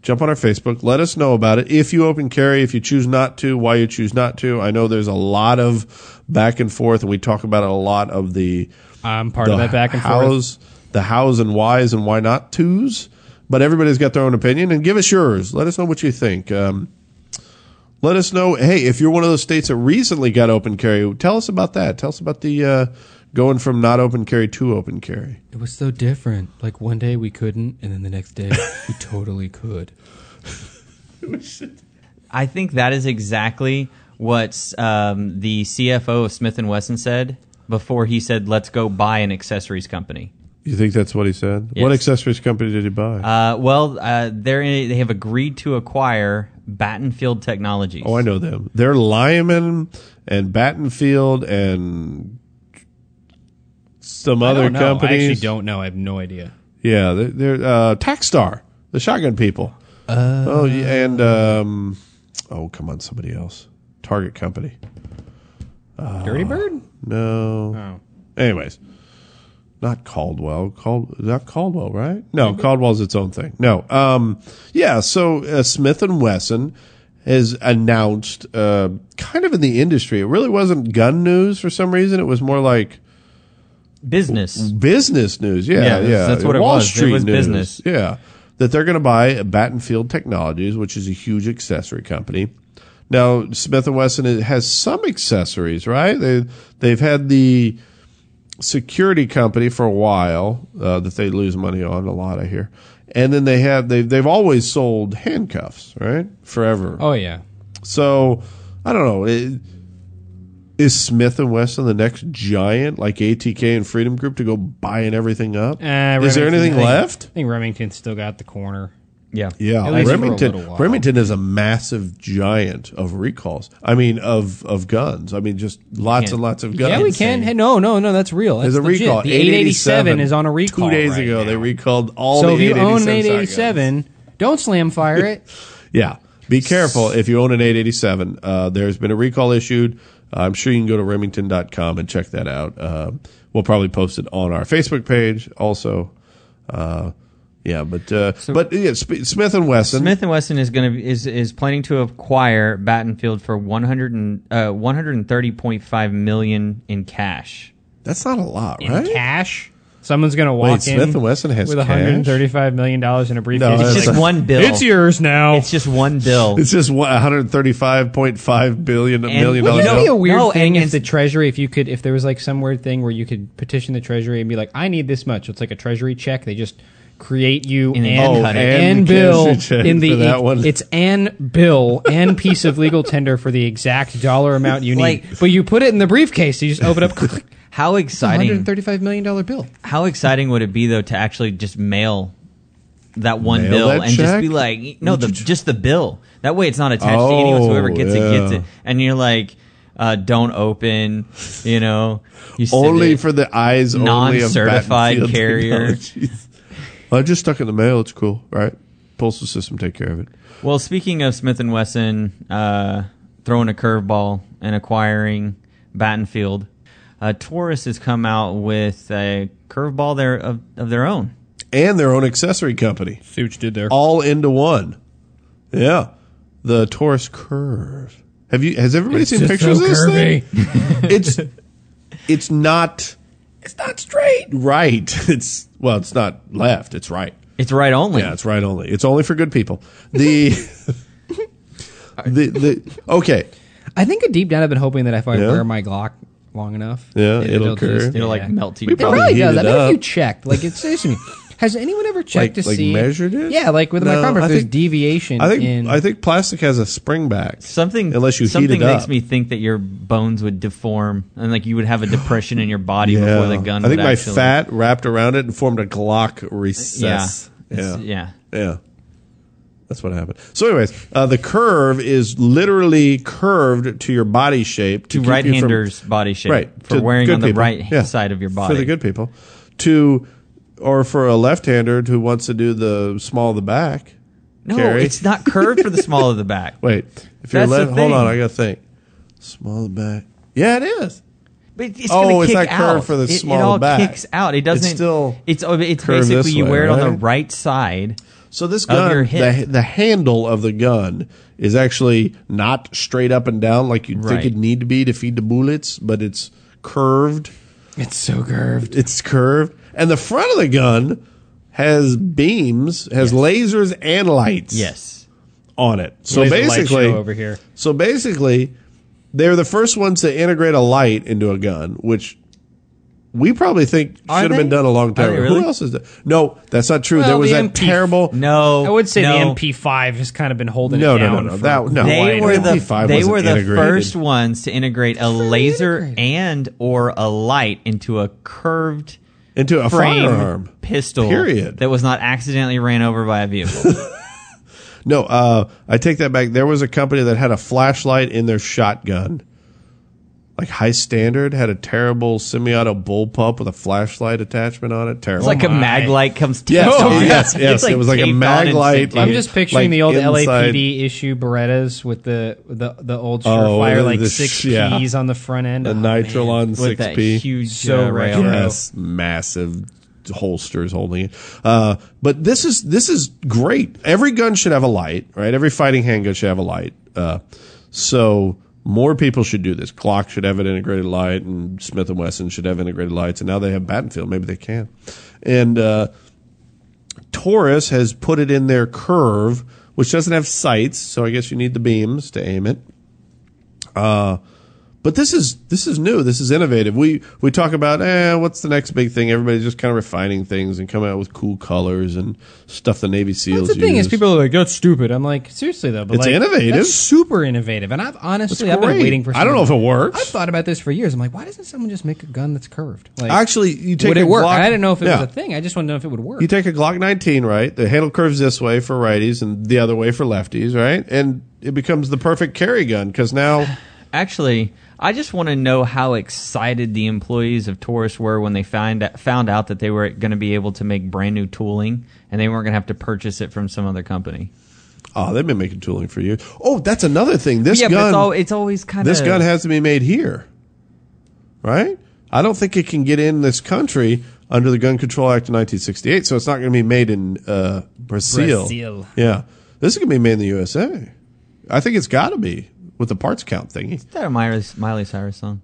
Speaker 4: jump on our Facebook. Let us know about it. If you open carry, if you choose not to, why you choose not to. I know there's a lot of back and forth, and we talk about it a lot of the
Speaker 2: I'm part of
Speaker 4: the
Speaker 2: that back and forth.
Speaker 4: hows, the hows and whys and why not twos. But everybody's got their own opinion, and give us yours. Let us know what you think. Um, let us know. Hey, if you're one of those states that recently got open carry, tell us about that. Tell us about the uh, going from not open carry to open carry.
Speaker 3: It was so different. Like one day we couldn't, and then the next day
Speaker 4: (laughs)
Speaker 3: we totally could.
Speaker 1: I think that is exactly what um, the CFO of Smith and Wesson said before he said, "Let's go buy an accessories company."
Speaker 4: You think that's what he said?
Speaker 1: Yes.
Speaker 4: What accessories company did he buy?
Speaker 1: Uh, well, uh, they're in, they have agreed to acquire Battenfield Technologies.
Speaker 4: oh, I know them. They're Lyman and Battenfield and some
Speaker 2: I
Speaker 4: other
Speaker 2: don't know. I
Speaker 4: companies.
Speaker 2: actually don't know. I have no idea.
Speaker 4: Yeah, they're, they're uh, Tackstar, the Shotgun people. oh, yeah, and um, oh, come on, somebody else. Target Company. Uh,
Speaker 2: Dirty Bird.
Speaker 4: No. Anyways, not Caldwell. Cald not Caldwell, right? No, Caldwell's its own thing. No. Um, yeah. So uh, Smith and Wesson has announced, uh, kind of in the industry. It really wasn't gun news for some reason. It was more like Oh, mm,
Speaker 1: Business.
Speaker 4: business news. Yeah,
Speaker 1: Yeah,
Speaker 4: yeah,
Speaker 1: that's- that's what it
Speaker 4: Wall
Speaker 1: was. It
Speaker 4: Street
Speaker 1: was
Speaker 4: news.
Speaker 1: business.
Speaker 4: Yeah, that they're going to buy Battenfield Technologies, which is a huge accessory company. Now Smith and Wesson is- has some accessories, right? They they've had the security company for a while uh, that they lose money on a lot. I hear, and then they have they they've always sold handcuffs, right? Forever.
Speaker 2: Oh yeah.
Speaker 4: So I don't know. It- Is Smith and Wesson the next giant like ATK and Freedom Group to go buying everything up?
Speaker 2: Uh,
Speaker 4: is
Speaker 2: Remington,
Speaker 4: there anything
Speaker 2: I think-
Speaker 4: left?
Speaker 2: I think Remington's still got the corner.
Speaker 1: Yeah.
Speaker 4: Yeah,
Speaker 2: least for a little
Speaker 4: Remington.
Speaker 2: while.
Speaker 4: Remington is a massive giant of recalls. I mean, of of guns. I mean, just lots
Speaker 1: can't-
Speaker 4: and lots of guns.
Speaker 2: yeah, we can. Hey, no, no, no. That's real. That's
Speaker 4: There's a
Speaker 2: legit.
Speaker 4: recall.
Speaker 2: The 887 is on a recall.
Speaker 4: Two days
Speaker 2: right
Speaker 4: ago,
Speaker 2: now.
Speaker 4: they recalled all.
Speaker 2: So
Speaker 4: the
Speaker 2: if you own an
Speaker 4: 887 shotguns.
Speaker 2: 887, don't slam fire it.
Speaker 4: (laughs) Yeah. Be careful if you own an 887. Uh, there's been a recall issued. I'm sure you can go to remington.com and check that out. Uh, we'll probably post it on our Facebook page also. Uh, yeah, but uh, but yeah, Sp- Smith and Wesson.
Speaker 1: Smith and Wesson is going to is is planning to acquire Battenfield for 100 and uh, 130.5 million in cash.
Speaker 4: that's not a lot,
Speaker 2: in
Speaker 4: right?
Speaker 2: cash. Someone's gonna walk
Speaker 4: Wait,
Speaker 2: in.
Speaker 4: Smith and Wesson has
Speaker 2: with
Speaker 4: cash?
Speaker 2: 135 million dollars in a briefcase.
Speaker 4: No,
Speaker 1: It's
Speaker 4: That's
Speaker 1: just
Speaker 4: a-
Speaker 1: one bill.
Speaker 2: It's yours now.
Speaker 1: It's just one bill.
Speaker 4: It's just one- 135.5 billion
Speaker 1: And-
Speaker 4: million
Speaker 1: Well,
Speaker 4: dollar
Speaker 2: Wouldn't that
Speaker 4: bill.
Speaker 2: be a weird
Speaker 1: No,
Speaker 2: thing
Speaker 1: and-
Speaker 2: if the treasury, if you could, if there was like some weird thing where you could petition the treasury and be like, I need this much. It's like a treasury check. They just create you
Speaker 1: And
Speaker 2: and,
Speaker 1: then
Speaker 2: and,
Speaker 1: cut it.
Speaker 4: And the
Speaker 2: bill
Speaker 4: treasury check
Speaker 2: in
Speaker 4: for
Speaker 2: the
Speaker 4: that one.
Speaker 2: it's an bill and piece of legal tender for the exact dollar amount you need.
Speaker 1: Like-
Speaker 2: but you put it in the briefcase. You just open up click,
Speaker 1: How exciting!
Speaker 2: 135 million dollar bill.
Speaker 1: How exciting would it be though to actually just mail that one
Speaker 4: Mail
Speaker 1: bill
Speaker 4: that
Speaker 1: and just be
Speaker 4: check?
Speaker 1: like, no, the, just the bill. That way, it's not attached to anyone. So
Speaker 4: Oh,
Speaker 1: whoever gets it gets
Speaker 4: yeah.
Speaker 1: it, and you're like, uh, don't open. You know, you send
Speaker 4: Only
Speaker 1: it.
Speaker 4: for the eyes only of
Speaker 1: Non-certified
Speaker 4: Battenfield
Speaker 1: carrier.
Speaker 4: (laughs) Technologies. I just stuck it in the mail. It's cool, right? Postal system take care of it.
Speaker 1: Well, speaking of Smith and Wesson uh, throwing a curveball and acquiring Battenfield, uh, Taurus has come out with a curveball there of, of their own.
Speaker 4: and their own accessory company
Speaker 2: See what you did there.
Speaker 4: all into one. Yeah, the Taurus curve. Have you? Has everybody seen pictures of this thing?
Speaker 1: (laughs)
Speaker 4: It's it's not
Speaker 5: It's not straight.
Speaker 4: right. (laughs) It's well, it's not left. It's right.
Speaker 1: It's right only.
Speaker 4: Yeah, it's right only. It's only for good people. The (laughs) the the okay.
Speaker 2: I think deep down I've been hoping that if I
Speaker 4: Yeah.
Speaker 2: wear my Glock long enough,
Speaker 4: Yeah, it'll curve.
Speaker 2: just-
Speaker 1: It'll
Speaker 2: yeah.
Speaker 1: like melt to
Speaker 4: We
Speaker 1: you.
Speaker 2: It
Speaker 4: probably-
Speaker 2: probably
Speaker 4: heat
Speaker 2: does.
Speaker 4: it
Speaker 2: I think if
Speaker 4: up.
Speaker 2: you checked, like it's seriously
Speaker 4: (laughs)
Speaker 2: me. Has anyone ever checked
Speaker 4: Like-
Speaker 2: to
Speaker 4: like
Speaker 2: see
Speaker 4: measured it?
Speaker 2: Yeah, like with a
Speaker 4: No,
Speaker 2: micrometer,
Speaker 4: I
Speaker 2: if there's
Speaker 4: think-
Speaker 2: deviation.
Speaker 4: I think
Speaker 2: in,
Speaker 4: I think plastic has a spring back.
Speaker 1: Something
Speaker 4: unless you
Speaker 1: something
Speaker 4: heat it
Speaker 1: makes
Speaker 4: up.
Speaker 1: me think that your bones would deform and like you would have a depression in your body
Speaker 4: yeah.
Speaker 1: before the gun.
Speaker 4: I think
Speaker 1: would
Speaker 4: my
Speaker 1: actually,
Speaker 4: fat wrapped around it and formed a Glock
Speaker 1: Yeah,
Speaker 4: recess.
Speaker 1: It's-
Speaker 4: yeah.
Speaker 1: yeah.
Speaker 4: Yeah. That's what happened. So, anyways, uh, the curve is literally curved to your body shape to
Speaker 1: To
Speaker 4: keep you
Speaker 1: right handers
Speaker 4: from,
Speaker 1: body shape
Speaker 4: right
Speaker 1: for
Speaker 4: to
Speaker 1: wearing
Speaker 4: good
Speaker 1: on the
Speaker 4: people.
Speaker 1: right
Speaker 4: Yeah.
Speaker 1: side of your body.
Speaker 4: for the good people, to or for a left hander who wants to do the small of the back.
Speaker 1: no,
Speaker 4: Carry.
Speaker 1: it's not curved for the small of the
Speaker 4: (laughs)
Speaker 1: back.
Speaker 4: Wait, if you're
Speaker 1: That's the
Speaker 4: left, hold
Speaker 1: thing.
Speaker 4: on, I gotta think. Small of the back. Yeah, it is.
Speaker 1: But it's
Speaker 4: Oh,
Speaker 1: gonna
Speaker 4: it's
Speaker 1: kick
Speaker 4: not curved
Speaker 1: out.
Speaker 4: for the
Speaker 1: It-
Speaker 4: small
Speaker 1: It all
Speaker 4: back.
Speaker 1: kicks out. It doesn't.
Speaker 4: still
Speaker 1: It's oh, it's
Speaker 4: curved
Speaker 1: basically
Speaker 4: this
Speaker 1: you
Speaker 4: way,
Speaker 1: wear it on the
Speaker 4: right?
Speaker 1: right side.
Speaker 4: So this
Speaker 1: Of your
Speaker 4: gun, the,
Speaker 1: hip.
Speaker 4: the handle of the gun is actually not straight up and down like you'd
Speaker 1: Right.
Speaker 4: think it'd need to be to feed the bullets, but it's curved.
Speaker 2: it's so curved.
Speaker 4: It's curved, and the front of the gun has beams, has lasers and lights
Speaker 1: Yes.
Speaker 4: on it. So
Speaker 2: Laser light
Speaker 4: basically,
Speaker 2: show over here.
Speaker 4: So basically, they're the first ones to integrate a light into a gun, which we probably think should
Speaker 1: Are
Speaker 4: have been
Speaker 1: they?
Speaker 4: done a long time
Speaker 1: Are they
Speaker 4: ago.
Speaker 1: really?
Speaker 4: Who else is that? No, that's not true.
Speaker 2: Well,
Speaker 4: there was
Speaker 2: the
Speaker 4: that
Speaker 2: MP
Speaker 4: terrible.
Speaker 1: No.
Speaker 2: I would say
Speaker 1: no.
Speaker 2: the MP5 has kind of been holding
Speaker 4: No,
Speaker 2: it
Speaker 4: no,
Speaker 2: down.
Speaker 4: no, no.
Speaker 2: for
Speaker 4: That- no.
Speaker 2: quite
Speaker 1: They
Speaker 2: a
Speaker 1: were
Speaker 2: while.
Speaker 1: the
Speaker 4: MP5
Speaker 1: they
Speaker 4: wasn't
Speaker 1: were the
Speaker 4: integrated.
Speaker 1: first ones to integrate a laser and or a light into a curved
Speaker 4: into a
Speaker 1: frame
Speaker 4: firearm
Speaker 1: pistol
Speaker 4: Period.
Speaker 1: that was not accidentally ran over by a vehicle.
Speaker 4: no, uh, I take that back. There was a company that had a flashlight in their shotgun. Like high standard had a terrible semi-auto bullpup with a flashlight attachment on it. Terrible.
Speaker 1: (laughs) It's like a
Speaker 2: my.
Speaker 1: mag light comes taped
Speaker 4: Oh Yes,
Speaker 1: on.
Speaker 4: yes, yes.
Speaker 1: (laughs) It's
Speaker 4: It was like a
Speaker 1: taped
Speaker 4: mag
Speaker 1: on and
Speaker 4: light,
Speaker 1: taped
Speaker 4: like-
Speaker 1: on.
Speaker 2: I'm just picturing
Speaker 4: like
Speaker 2: the old
Speaker 4: inside-
Speaker 2: LAPD issue Berettas with the the, the old
Speaker 4: Oh,
Speaker 2: Surefire
Speaker 4: the-
Speaker 2: like
Speaker 4: the
Speaker 2: six
Speaker 4: sh- yeah.
Speaker 2: keys on the front end.
Speaker 4: a
Speaker 2: Oh,
Speaker 4: nitrile
Speaker 2: man.
Speaker 4: on
Speaker 1: with
Speaker 4: six
Speaker 1: that
Speaker 4: P.
Speaker 1: huge
Speaker 2: So
Speaker 1: uh,
Speaker 2: retro.
Speaker 1: railroad.
Speaker 4: Yes, massive holsters holding it. Uh, but this is this is great. Every gun should have a light, right? Every fighting handgun should have a light. Uh, so more people should do this. Glock should have an integrated light, and Smith and Wesson should have integrated lights. And now they have Battenfield. Maybe they can. And uh, Taurus has put it in their curve, which doesn't have sights, so I guess you need the beams to aim it. Uh, But this is this is new. This is innovative. We we talk about eh, what's the next big thing? Everybody's just kind of refining things and coming out with cool colors and stuff. The Navy SEALs.
Speaker 2: That's the thing
Speaker 4: use.
Speaker 2: is people are like that's stupid. I'm like seriously though, but
Speaker 4: It's
Speaker 2: like,
Speaker 4: innovative.
Speaker 2: that's super innovative. And I've honestly
Speaker 4: It's
Speaker 2: I've been
Speaker 4: great.
Speaker 2: waiting for.
Speaker 4: I don't know if it
Speaker 2: someone-
Speaker 4: works.
Speaker 2: I've thought about this for years. I'm like, why doesn't someone just make a gun that's curved? Like,
Speaker 4: Actually, you take
Speaker 2: would
Speaker 4: a
Speaker 2: it work?
Speaker 4: Glock-
Speaker 2: I didn't know if it
Speaker 4: Yeah.
Speaker 2: was a thing. I just wanted to know if it would work.
Speaker 4: You take a Glock 19, right? The handle curves this way for righties and the other way for lefties, right? And it becomes the perfect carry gun because
Speaker 2: (laughs)
Speaker 4: now
Speaker 1: Actually, I just want to know how excited the employees of Taurus were when they find found out that they were going to be able to make brand new tooling and they weren't going to have to purchase it from some other company.
Speaker 4: oh, they've been making tooling for years. Oh, that's another thing. This
Speaker 1: yeah,
Speaker 4: gun,
Speaker 1: but it's, al- it's always kind of
Speaker 4: this gun has to be made here, right? I don't think it can get in this country under the Gun Control Act of 1968, so it's not going to be made in uh, Brazil.
Speaker 2: Brazil.
Speaker 4: Yeah, this is going to be made in the USA. I think it's got to be with the parts count thingy.
Speaker 1: that a Miley, Miley Cyrus song.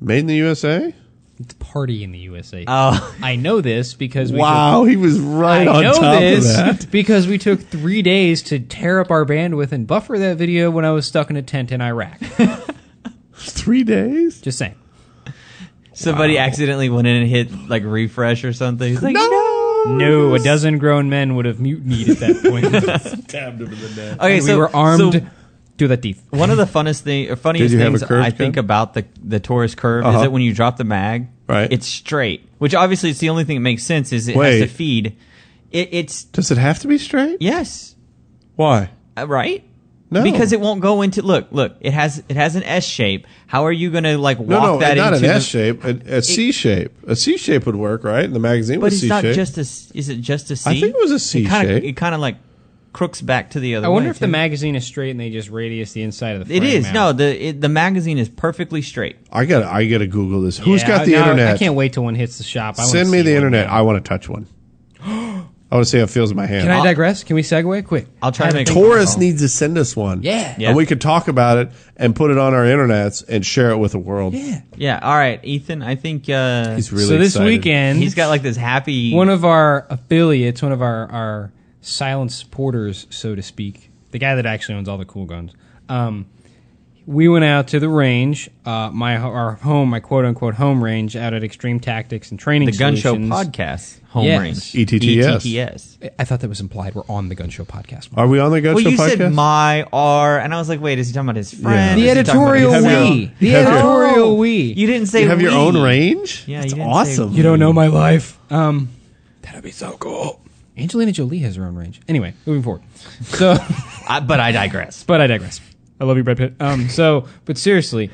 Speaker 4: Made in the USA.
Speaker 2: It's party in the USA.
Speaker 1: Oh, (laughs)
Speaker 2: I know this because we took
Speaker 4: Wow, he was right
Speaker 2: I
Speaker 4: Uh, on
Speaker 2: know
Speaker 4: top
Speaker 2: this
Speaker 4: of
Speaker 2: (laughs)
Speaker 4: that.
Speaker 2: because we took three days to tear up our bandwidth and buffer that video when I was stuck in a tent in Iraq. (laughs)
Speaker 4: Three days.
Speaker 2: Just saying.
Speaker 1: somebody accidentally went in and hit like refresh or something. He's like,
Speaker 2: No, a dozen grown men would have mutinied at that (laughs) point.
Speaker 1: Okay,
Speaker 2: And
Speaker 1: so
Speaker 2: we were armed
Speaker 1: so
Speaker 2: to the teeth.
Speaker 1: one of the funnest thing, or
Speaker 4: Did
Speaker 1: funniest
Speaker 4: you have
Speaker 1: things
Speaker 4: a curved
Speaker 1: I think
Speaker 4: gun?
Speaker 1: about the the Taurus curve
Speaker 4: Uh-huh.
Speaker 1: is that when you drop the mag,
Speaker 4: Right.
Speaker 1: It's straight, which obviously it's the only thing that makes sense. Is it
Speaker 4: Wait.
Speaker 1: has to feed. It, it's
Speaker 4: Does it have to be straight?
Speaker 1: yes,
Speaker 4: Why?
Speaker 1: uh, right.
Speaker 4: No.
Speaker 1: Because it won't go into look look it has it has an S shape. How are you gonna like walk
Speaker 4: No, no,
Speaker 1: that
Speaker 4: not an
Speaker 1: into the-
Speaker 4: S shape, a, a C shape. A C shape would work, right? And the magazine
Speaker 1: But
Speaker 4: was
Speaker 1: it's
Speaker 4: C
Speaker 1: not
Speaker 4: shape.
Speaker 1: just a s- is it just a C?
Speaker 4: I think it was a C
Speaker 1: it kinda,
Speaker 4: shape.
Speaker 1: It kind of like crooks back to the other.
Speaker 2: I wonder
Speaker 1: way,
Speaker 2: if the
Speaker 1: too.
Speaker 2: magazine is straight and they just radius the inside of the.
Speaker 1: It
Speaker 2: frame
Speaker 1: is
Speaker 2: out.
Speaker 1: no the it, the magazine is perfectly straight.
Speaker 4: I got. to I got to Google this. Who's
Speaker 2: Yeah,
Speaker 4: got the
Speaker 2: now
Speaker 4: internet?
Speaker 2: I can't wait till one hits the shop. I wanna
Speaker 4: Send me
Speaker 2: see
Speaker 4: the
Speaker 2: one.
Speaker 4: internet. I want to touch one. I want to see how it feels in my hand. Uh,
Speaker 2: Can I digress? Can we segue quick?
Speaker 1: I'll try to make
Speaker 4: Taurus needs to send us one.
Speaker 2: Yeah.
Speaker 1: Yeah.
Speaker 4: And we could talk about it and put it on our internets and share it with the world. Yeah.
Speaker 1: Yeah. All right, Ethan. I think uh,
Speaker 4: He's really
Speaker 2: so this
Speaker 4: excited.
Speaker 2: weekend,
Speaker 1: he's got like this happy.
Speaker 2: one of our affiliates, one of our, our silent supporters, so to speak, the guy that actually owns all the cool guns. Um, we went out to the range, uh, my our home, my quote unquote home range, out at Extreme Tactics and Training.
Speaker 1: the Gun Show
Speaker 2: Solutions.
Speaker 1: podcast home
Speaker 2: Yes.
Speaker 1: range.
Speaker 4: E
Speaker 1: E
Speaker 4: ETTS.
Speaker 1: ETTS.
Speaker 2: I thought that was implied. We're on the Gun Show podcast.
Speaker 4: Are we on the Go
Speaker 1: Well,
Speaker 4: Show
Speaker 1: you
Speaker 4: podcast?
Speaker 1: said my R, and I was like, wait, is he talking about his friend?
Speaker 2: the
Speaker 1: Is he talking about
Speaker 2: editorial
Speaker 4: Have
Speaker 1: himself?
Speaker 4: your-
Speaker 2: we, the
Speaker 4: have your-
Speaker 2: editorial
Speaker 1: Oh,
Speaker 2: we.
Speaker 1: You didn't say
Speaker 4: you have your
Speaker 1: we.
Speaker 4: own range?
Speaker 1: Yeah, you
Speaker 4: That's
Speaker 1: didn't say-
Speaker 4: awesome.
Speaker 2: You don't know my life. Um, that'd be so cool. Angelina Jolie has her own range. Anyway, moving forward. (laughs) So,
Speaker 1: I, but I digress.
Speaker 2: but I digress. I love you, Brad Pitt. Um, so, but seriously,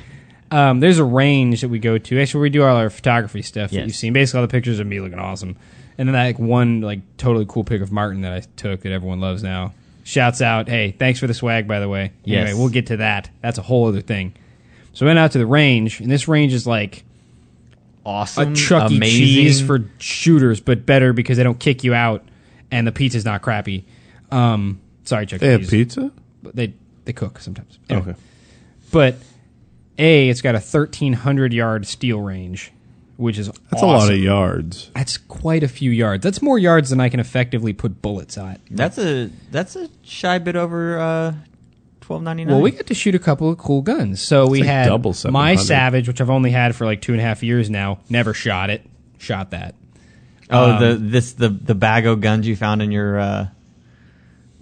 Speaker 2: um, there's a range that we go to. Actually, we do all our photography stuff that
Speaker 1: Yes.
Speaker 2: you've seen. Basically, all the pictures of me looking awesome, and then that like, one like totally cool pic of Martin that I took that everyone loves now. Shouts out, hey, thanks for the swag, by the way.
Speaker 1: Yes.
Speaker 2: Anyway, we'll get to that. That's a whole other thing. So, we went out to the range, and this range is like
Speaker 1: Awesome.
Speaker 4: Mm,
Speaker 2: a Chuck E.
Speaker 1: amazing.
Speaker 2: Cheese for shooters, but better because they don't kick you out, and the pizza's not crappy. Um, sorry, Chuck E.
Speaker 4: They have
Speaker 2: Cheese.
Speaker 4: pizza?
Speaker 2: But They they cook sometimes. Anyway.
Speaker 4: Okay.
Speaker 2: but a it's got a thirteen hundred yard steel range, which is
Speaker 4: That's a lot of yards.
Speaker 2: That's quite a few yards. That's more yards than I can effectively put bullets at.
Speaker 1: That's a that's a shy bit over uh, twelve ninety nine.
Speaker 2: Well, we got to shoot a couple of cool guns. So we
Speaker 4: like
Speaker 2: had
Speaker 4: double 700.
Speaker 2: my Savage, which I've only had for like two and a half years now. Never shot it. Shot that.
Speaker 1: oh
Speaker 4: Um,
Speaker 1: the this the the bag of guns you found in your uh,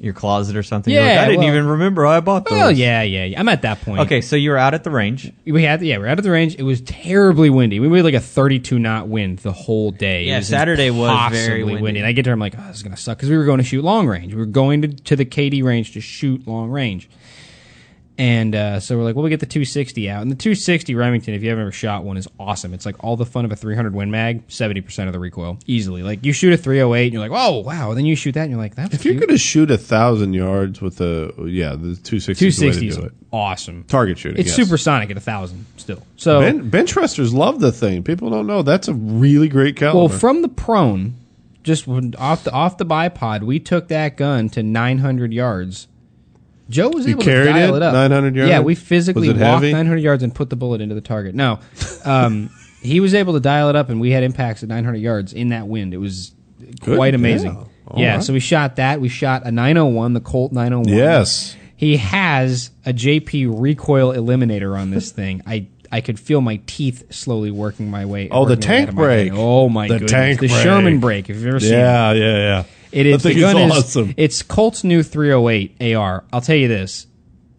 Speaker 1: your closet or something. You're
Speaker 2: Yeah,
Speaker 1: like, I didn't
Speaker 2: well-
Speaker 1: even remember I bought those.
Speaker 2: Well, yeah, yeah, yeah. I'm at that point.
Speaker 1: Okay, so you were out at the range.
Speaker 2: We had yeah, we we're out of the range. It was terribly windy. We made like a thirty-two knot wind the whole day. It
Speaker 1: Yeah, Saturday was
Speaker 2: impossibly
Speaker 1: very windy.
Speaker 2: And I get there, I'm like, oh, this is gonna suck because we were going to shoot long range. We were going to, to the KD range to shoot long range. And uh, so we're like, well, we get the 260 out, and the 260 Remington, if you haven't ever shot one, is awesome. It's like all the fun of a 300 Win Mag, 70 percent of the recoil, easily. Like you shoot a 308, and you're like, oh wow. Then you shoot that, and you're like, that's
Speaker 4: If you're
Speaker 2: cute.
Speaker 4: going to shoot a thousand yards with a, yeah, the 260 is the way
Speaker 2: 260
Speaker 4: to
Speaker 2: is
Speaker 4: do it.
Speaker 2: awesome.
Speaker 4: Target shooting.
Speaker 2: It's
Speaker 4: yes.
Speaker 2: supersonic at a thousand still. So
Speaker 4: Ben, bench thrusters love the thing. People don't know. That's a really great caliber.
Speaker 2: Well, from the prone, just when- off the off the bipod, we took that gun to 900 yards. Joe was
Speaker 4: You
Speaker 2: able
Speaker 4: carried
Speaker 2: to dial
Speaker 4: it
Speaker 2: it, up
Speaker 4: 900 yards?
Speaker 2: Yeah, we physically
Speaker 4: Was it
Speaker 2: walked
Speaker 4: heavy?
Speaker 2: 900 yards and put the bullet into the target.
Speaker 4: (laughs)
Speaker 2: No, um, he was able to dial it up, and we had impacts at 900 yards in that wind. It was
Speaker 4: Good
Speaker 2: quite
Speaker 4: deal.
Speaker 2: amazing.
Speaker 4: All
Speaker 2: Yeah,
Speaker 4: right.
Speaker 2: so we shot that. We shot a 901, the Colt 901.
Speaker 4: Yes.
Speaker 2: He has a JP recoil eliminator on this thing. I I could feel my teeth slowly working my way.
Speaker 4: Oh, the
Speaker 2: working their way out
Speaker 4: tank
Speaker 2: of my hand.
Speaker 4: brake.
Speaker 2: Oh my
Speaker 4: The
Speaker 2: goodness.
Speaker 4: tank
Speaker 2: the
Speaker 4: brake.
Speaker 2: Sherman brake. If you've ever seen
Speaker 4: yeah, yeah, yeah.
Speaker 2: it, it is
Speaker 4: That
Speaker 2: the
Speaker 4: thing
Speaker 2: gun
Speaker 4: is
Speaker 2: is
Speaker 4: awesome.
Speaker 2: it's Colt's new 308 AR. I'll tell you this: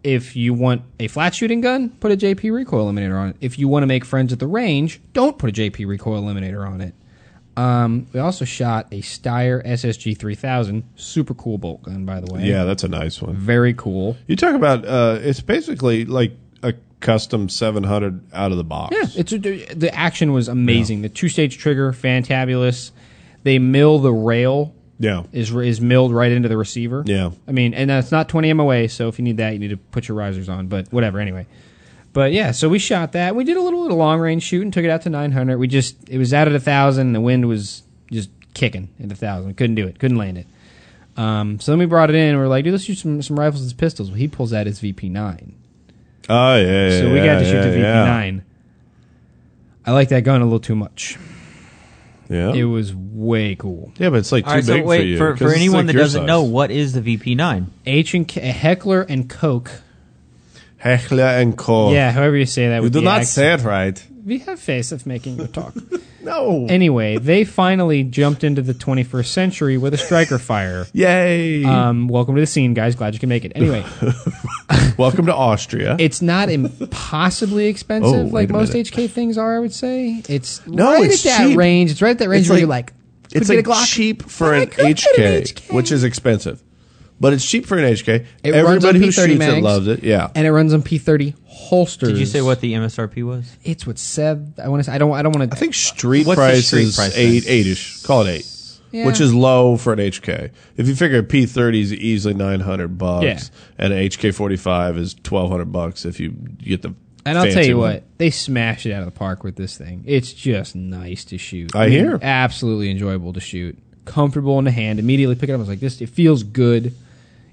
Speaker 2: if you want a flat shooting gun, put a JP recoil eliminator on it. If you want to make friends at the range, don't put a JP recoil eliminator on it. Um, we also shot a Steyr SSG 3000, super cool bolt gun, by the way.
Speaker 4: yeah, that's a nice one.
Speaker 2: very cool.
Speaker 4: You talk about uh, it's basically like a custom 700 out of the box.
Speaker 2: Yeah, it's uh, the action was amazing. The two stage trigger, fantabulous. They mill the rail.
Speaker 4: Yeah.
Speaker 2: Is is milled right into the receiver.
Speaker 4: Yeah.
Speaker 2: I mean, and that's not 20 MOA. So if you need that, you need to put your risers on. But whatever, anyway. But yeah, so we shot that. We did a little bit of long range shooting. Took it out to 900. We just it was out at a thousand. The wind was just kicking at a thousand. Couldn't do it. Couldn't land it. Um, so then we brought it in. and We're like, dude, let's shoot some some rifles and pistols. Well, he pulls out his VP9.
Speaker 4: Oh yeah. yeah,
Speaker 2: So we got to
Speaker 4: yeah,
Speaker 2: shoot the
Speaker 4: yeah.
Speaker 2: VP9. I like that gun a little too much.
Speaker 4: Yeah.
Speaker 2: It was way cool.
Speaker 4: yeah, but it's like too
Speaker 1: All right,
Speaker 4: big
Speaker 1: so
Speaker 4: for you.
Speaker 1: wait for,
Speaker 4: 'cause
Speaker 1: for
Speaker 4: it's
Speaker 1: anyone
Speaker 4: like
Speaker 1: that
Speaker 4: your
Speaker 1: doesn't
Speaker 4: size.
Speaker 1: know, what is the VP nine?
Speaker 2: H and K, Heckler and Koch.
Speaker 4: Heckler and Co.
Speaker 2: Yeah, however you say that.
Speaker 4: You
Speaker 2: with
Speaker 4: do
Speaker 2: the
Speaker 4: not
Speaker 2: accent.
Speaker 4: say it right.
Speaker 2: We have face of making you talk. (laughs)
Speaker 4: No.
Speaker 2: anyway, they finally jumped into the 21st century with a striker fire.
Speaker 4: Yay!
Speaker 2: Um, welcome to the scene, guys. Glad you can make it.
Speaker 4: (laughs)
Speaker 2: Anyway,
Speaker 4: Welcome to Austria.
Speaker 2: it's not impossibly expensive
Speaker 4: Oh, wait
Speaker 2: like
Speaker 4: a
Speaker 2: most
Speaker 4: minute.
Speaker 2: HK things are. I would say it's
Speaker 4: No,
Speaker 2: right
Speaker 4: it's
Speaker 2: at that
Speaker 4: cheap.
Speaker 2: range. It's right at that range
Speaker 4: It's
Speaker 2: where
Speaker 4: like-
Speaker 2: you're like,
Speaker 4: it's
Speaker 2: could
Speaker 4: like
Speaker 2: get a Glock.
Speaker 4: cheap for
Speaker 2: I
Speaker 4: an
Speaker 2: could get
Speaker 4: HK,
Speaker 2: an HK.
Speaker 4: which is expensive, but it's cheap for an HK.
Speaker 2: It runs on
Speaker 4: Everybody who
Speaker 2: P30
Speaker 4: shoots it
Speaker 2: mags,
Speaker 4: loves it. Yeah,
Speaker 2: and it runs on P30 holsters.
Speaker 1: Did you say what the MSRP was?
Speaker 2: It's what said. I want to. I don't. I don't want to.
Speaker 4: I think street
Speaker 1: What's the
Speaker 4: price
Speaker 1: street
Speaker 4: is
Speaker 1: price
Speaker 4: eight,
Speaker 1: then?
Speaker 4: eight-ish. Call it eight,
Speaker 2: Yeah.
Speaker 4: which is low for an HK. If you figure a P thirty is easily nine hundred bucks,
Speaker 2: Yeah.
Speaker 4: and an HK forty five is twelve hundred bucks if you get the.
Speaker 2: And I'll tell
Speaker 4: fancy
Speaker 2: you
Speaker 4: one.
Speaker 2: what, they smashed it out of the park with this thing. It's just nice to shoot.
Speaker 4: I hear.
Speaker 2: Absolutely enjoyable to shoot. comfortable in the hand. Immediately pick it up. I was like, this. It feels good.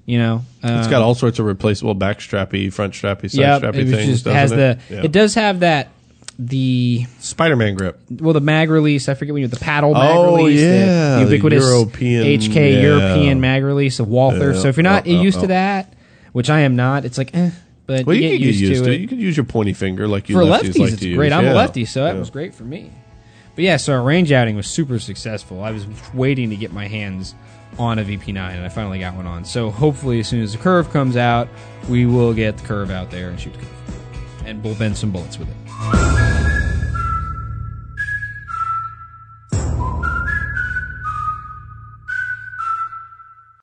Speaker 2: You know,
Speaker 4: It's
Speaker 2: Um,
Speaker 4: got all sorts of replaceable back strappy, front strappy, side
Speaker 2: yep,
Speaker 4: strappy
Speaker 2: was
Speaker 4: things.
Speaker 2: just- it
Speaker 4: doesn't
Speaker 2: has the.
Speaker 4: it? Yeah.
Speaker 2: It does have that. The
Speaker 4: Spider-Man grip.
Speaker 2: well, the mag release. I forget when you the paddle mag
Speaker 4: Oh,
Speaker 2: release. the
Speaker 4: yeah, the
Speaker 2: ubiquitous
Speaker 4: European-
Speaker 2: HK
Speaker 4: yeah.
Speaker 2: European mag release of Walther.
Speaker 4: Yeah,
Speaker 2: So if you're not
Speaker 4: oh, oh,
Speaker 2: used
Speaker 4: oh.
Speaker 2: to that, which I am not, it's like, eh, but
Speaker 4: Well,
Speaker 2: you,
Speaker 4: you,
Speaker 2: get
Speaker 4: can
Speaker 2: used, to it.
Speaker 4: You could use your pointy finger like you
Speaker 2: for
Speaker 4: lefties,
Speaker 2: lefties,
Speaker 4: like
Speaker 2: it's
Speaker 4: to
Speaker 2: great.
Speaker 4: use.
Speaker 2: I'm
Speaker 4: Yeah.
Speaker 2: a lefty, so that
Speaker 4: Yeah.
Speaker 2: was great for me. But yeah, so our range outing was super successful. I was waiting to get my hands on a VP9, and I finally got one on. So hopefully, as soon as the curve comes out, we will get the curve out there and shoot the curve, and we'll bend some bullets with it.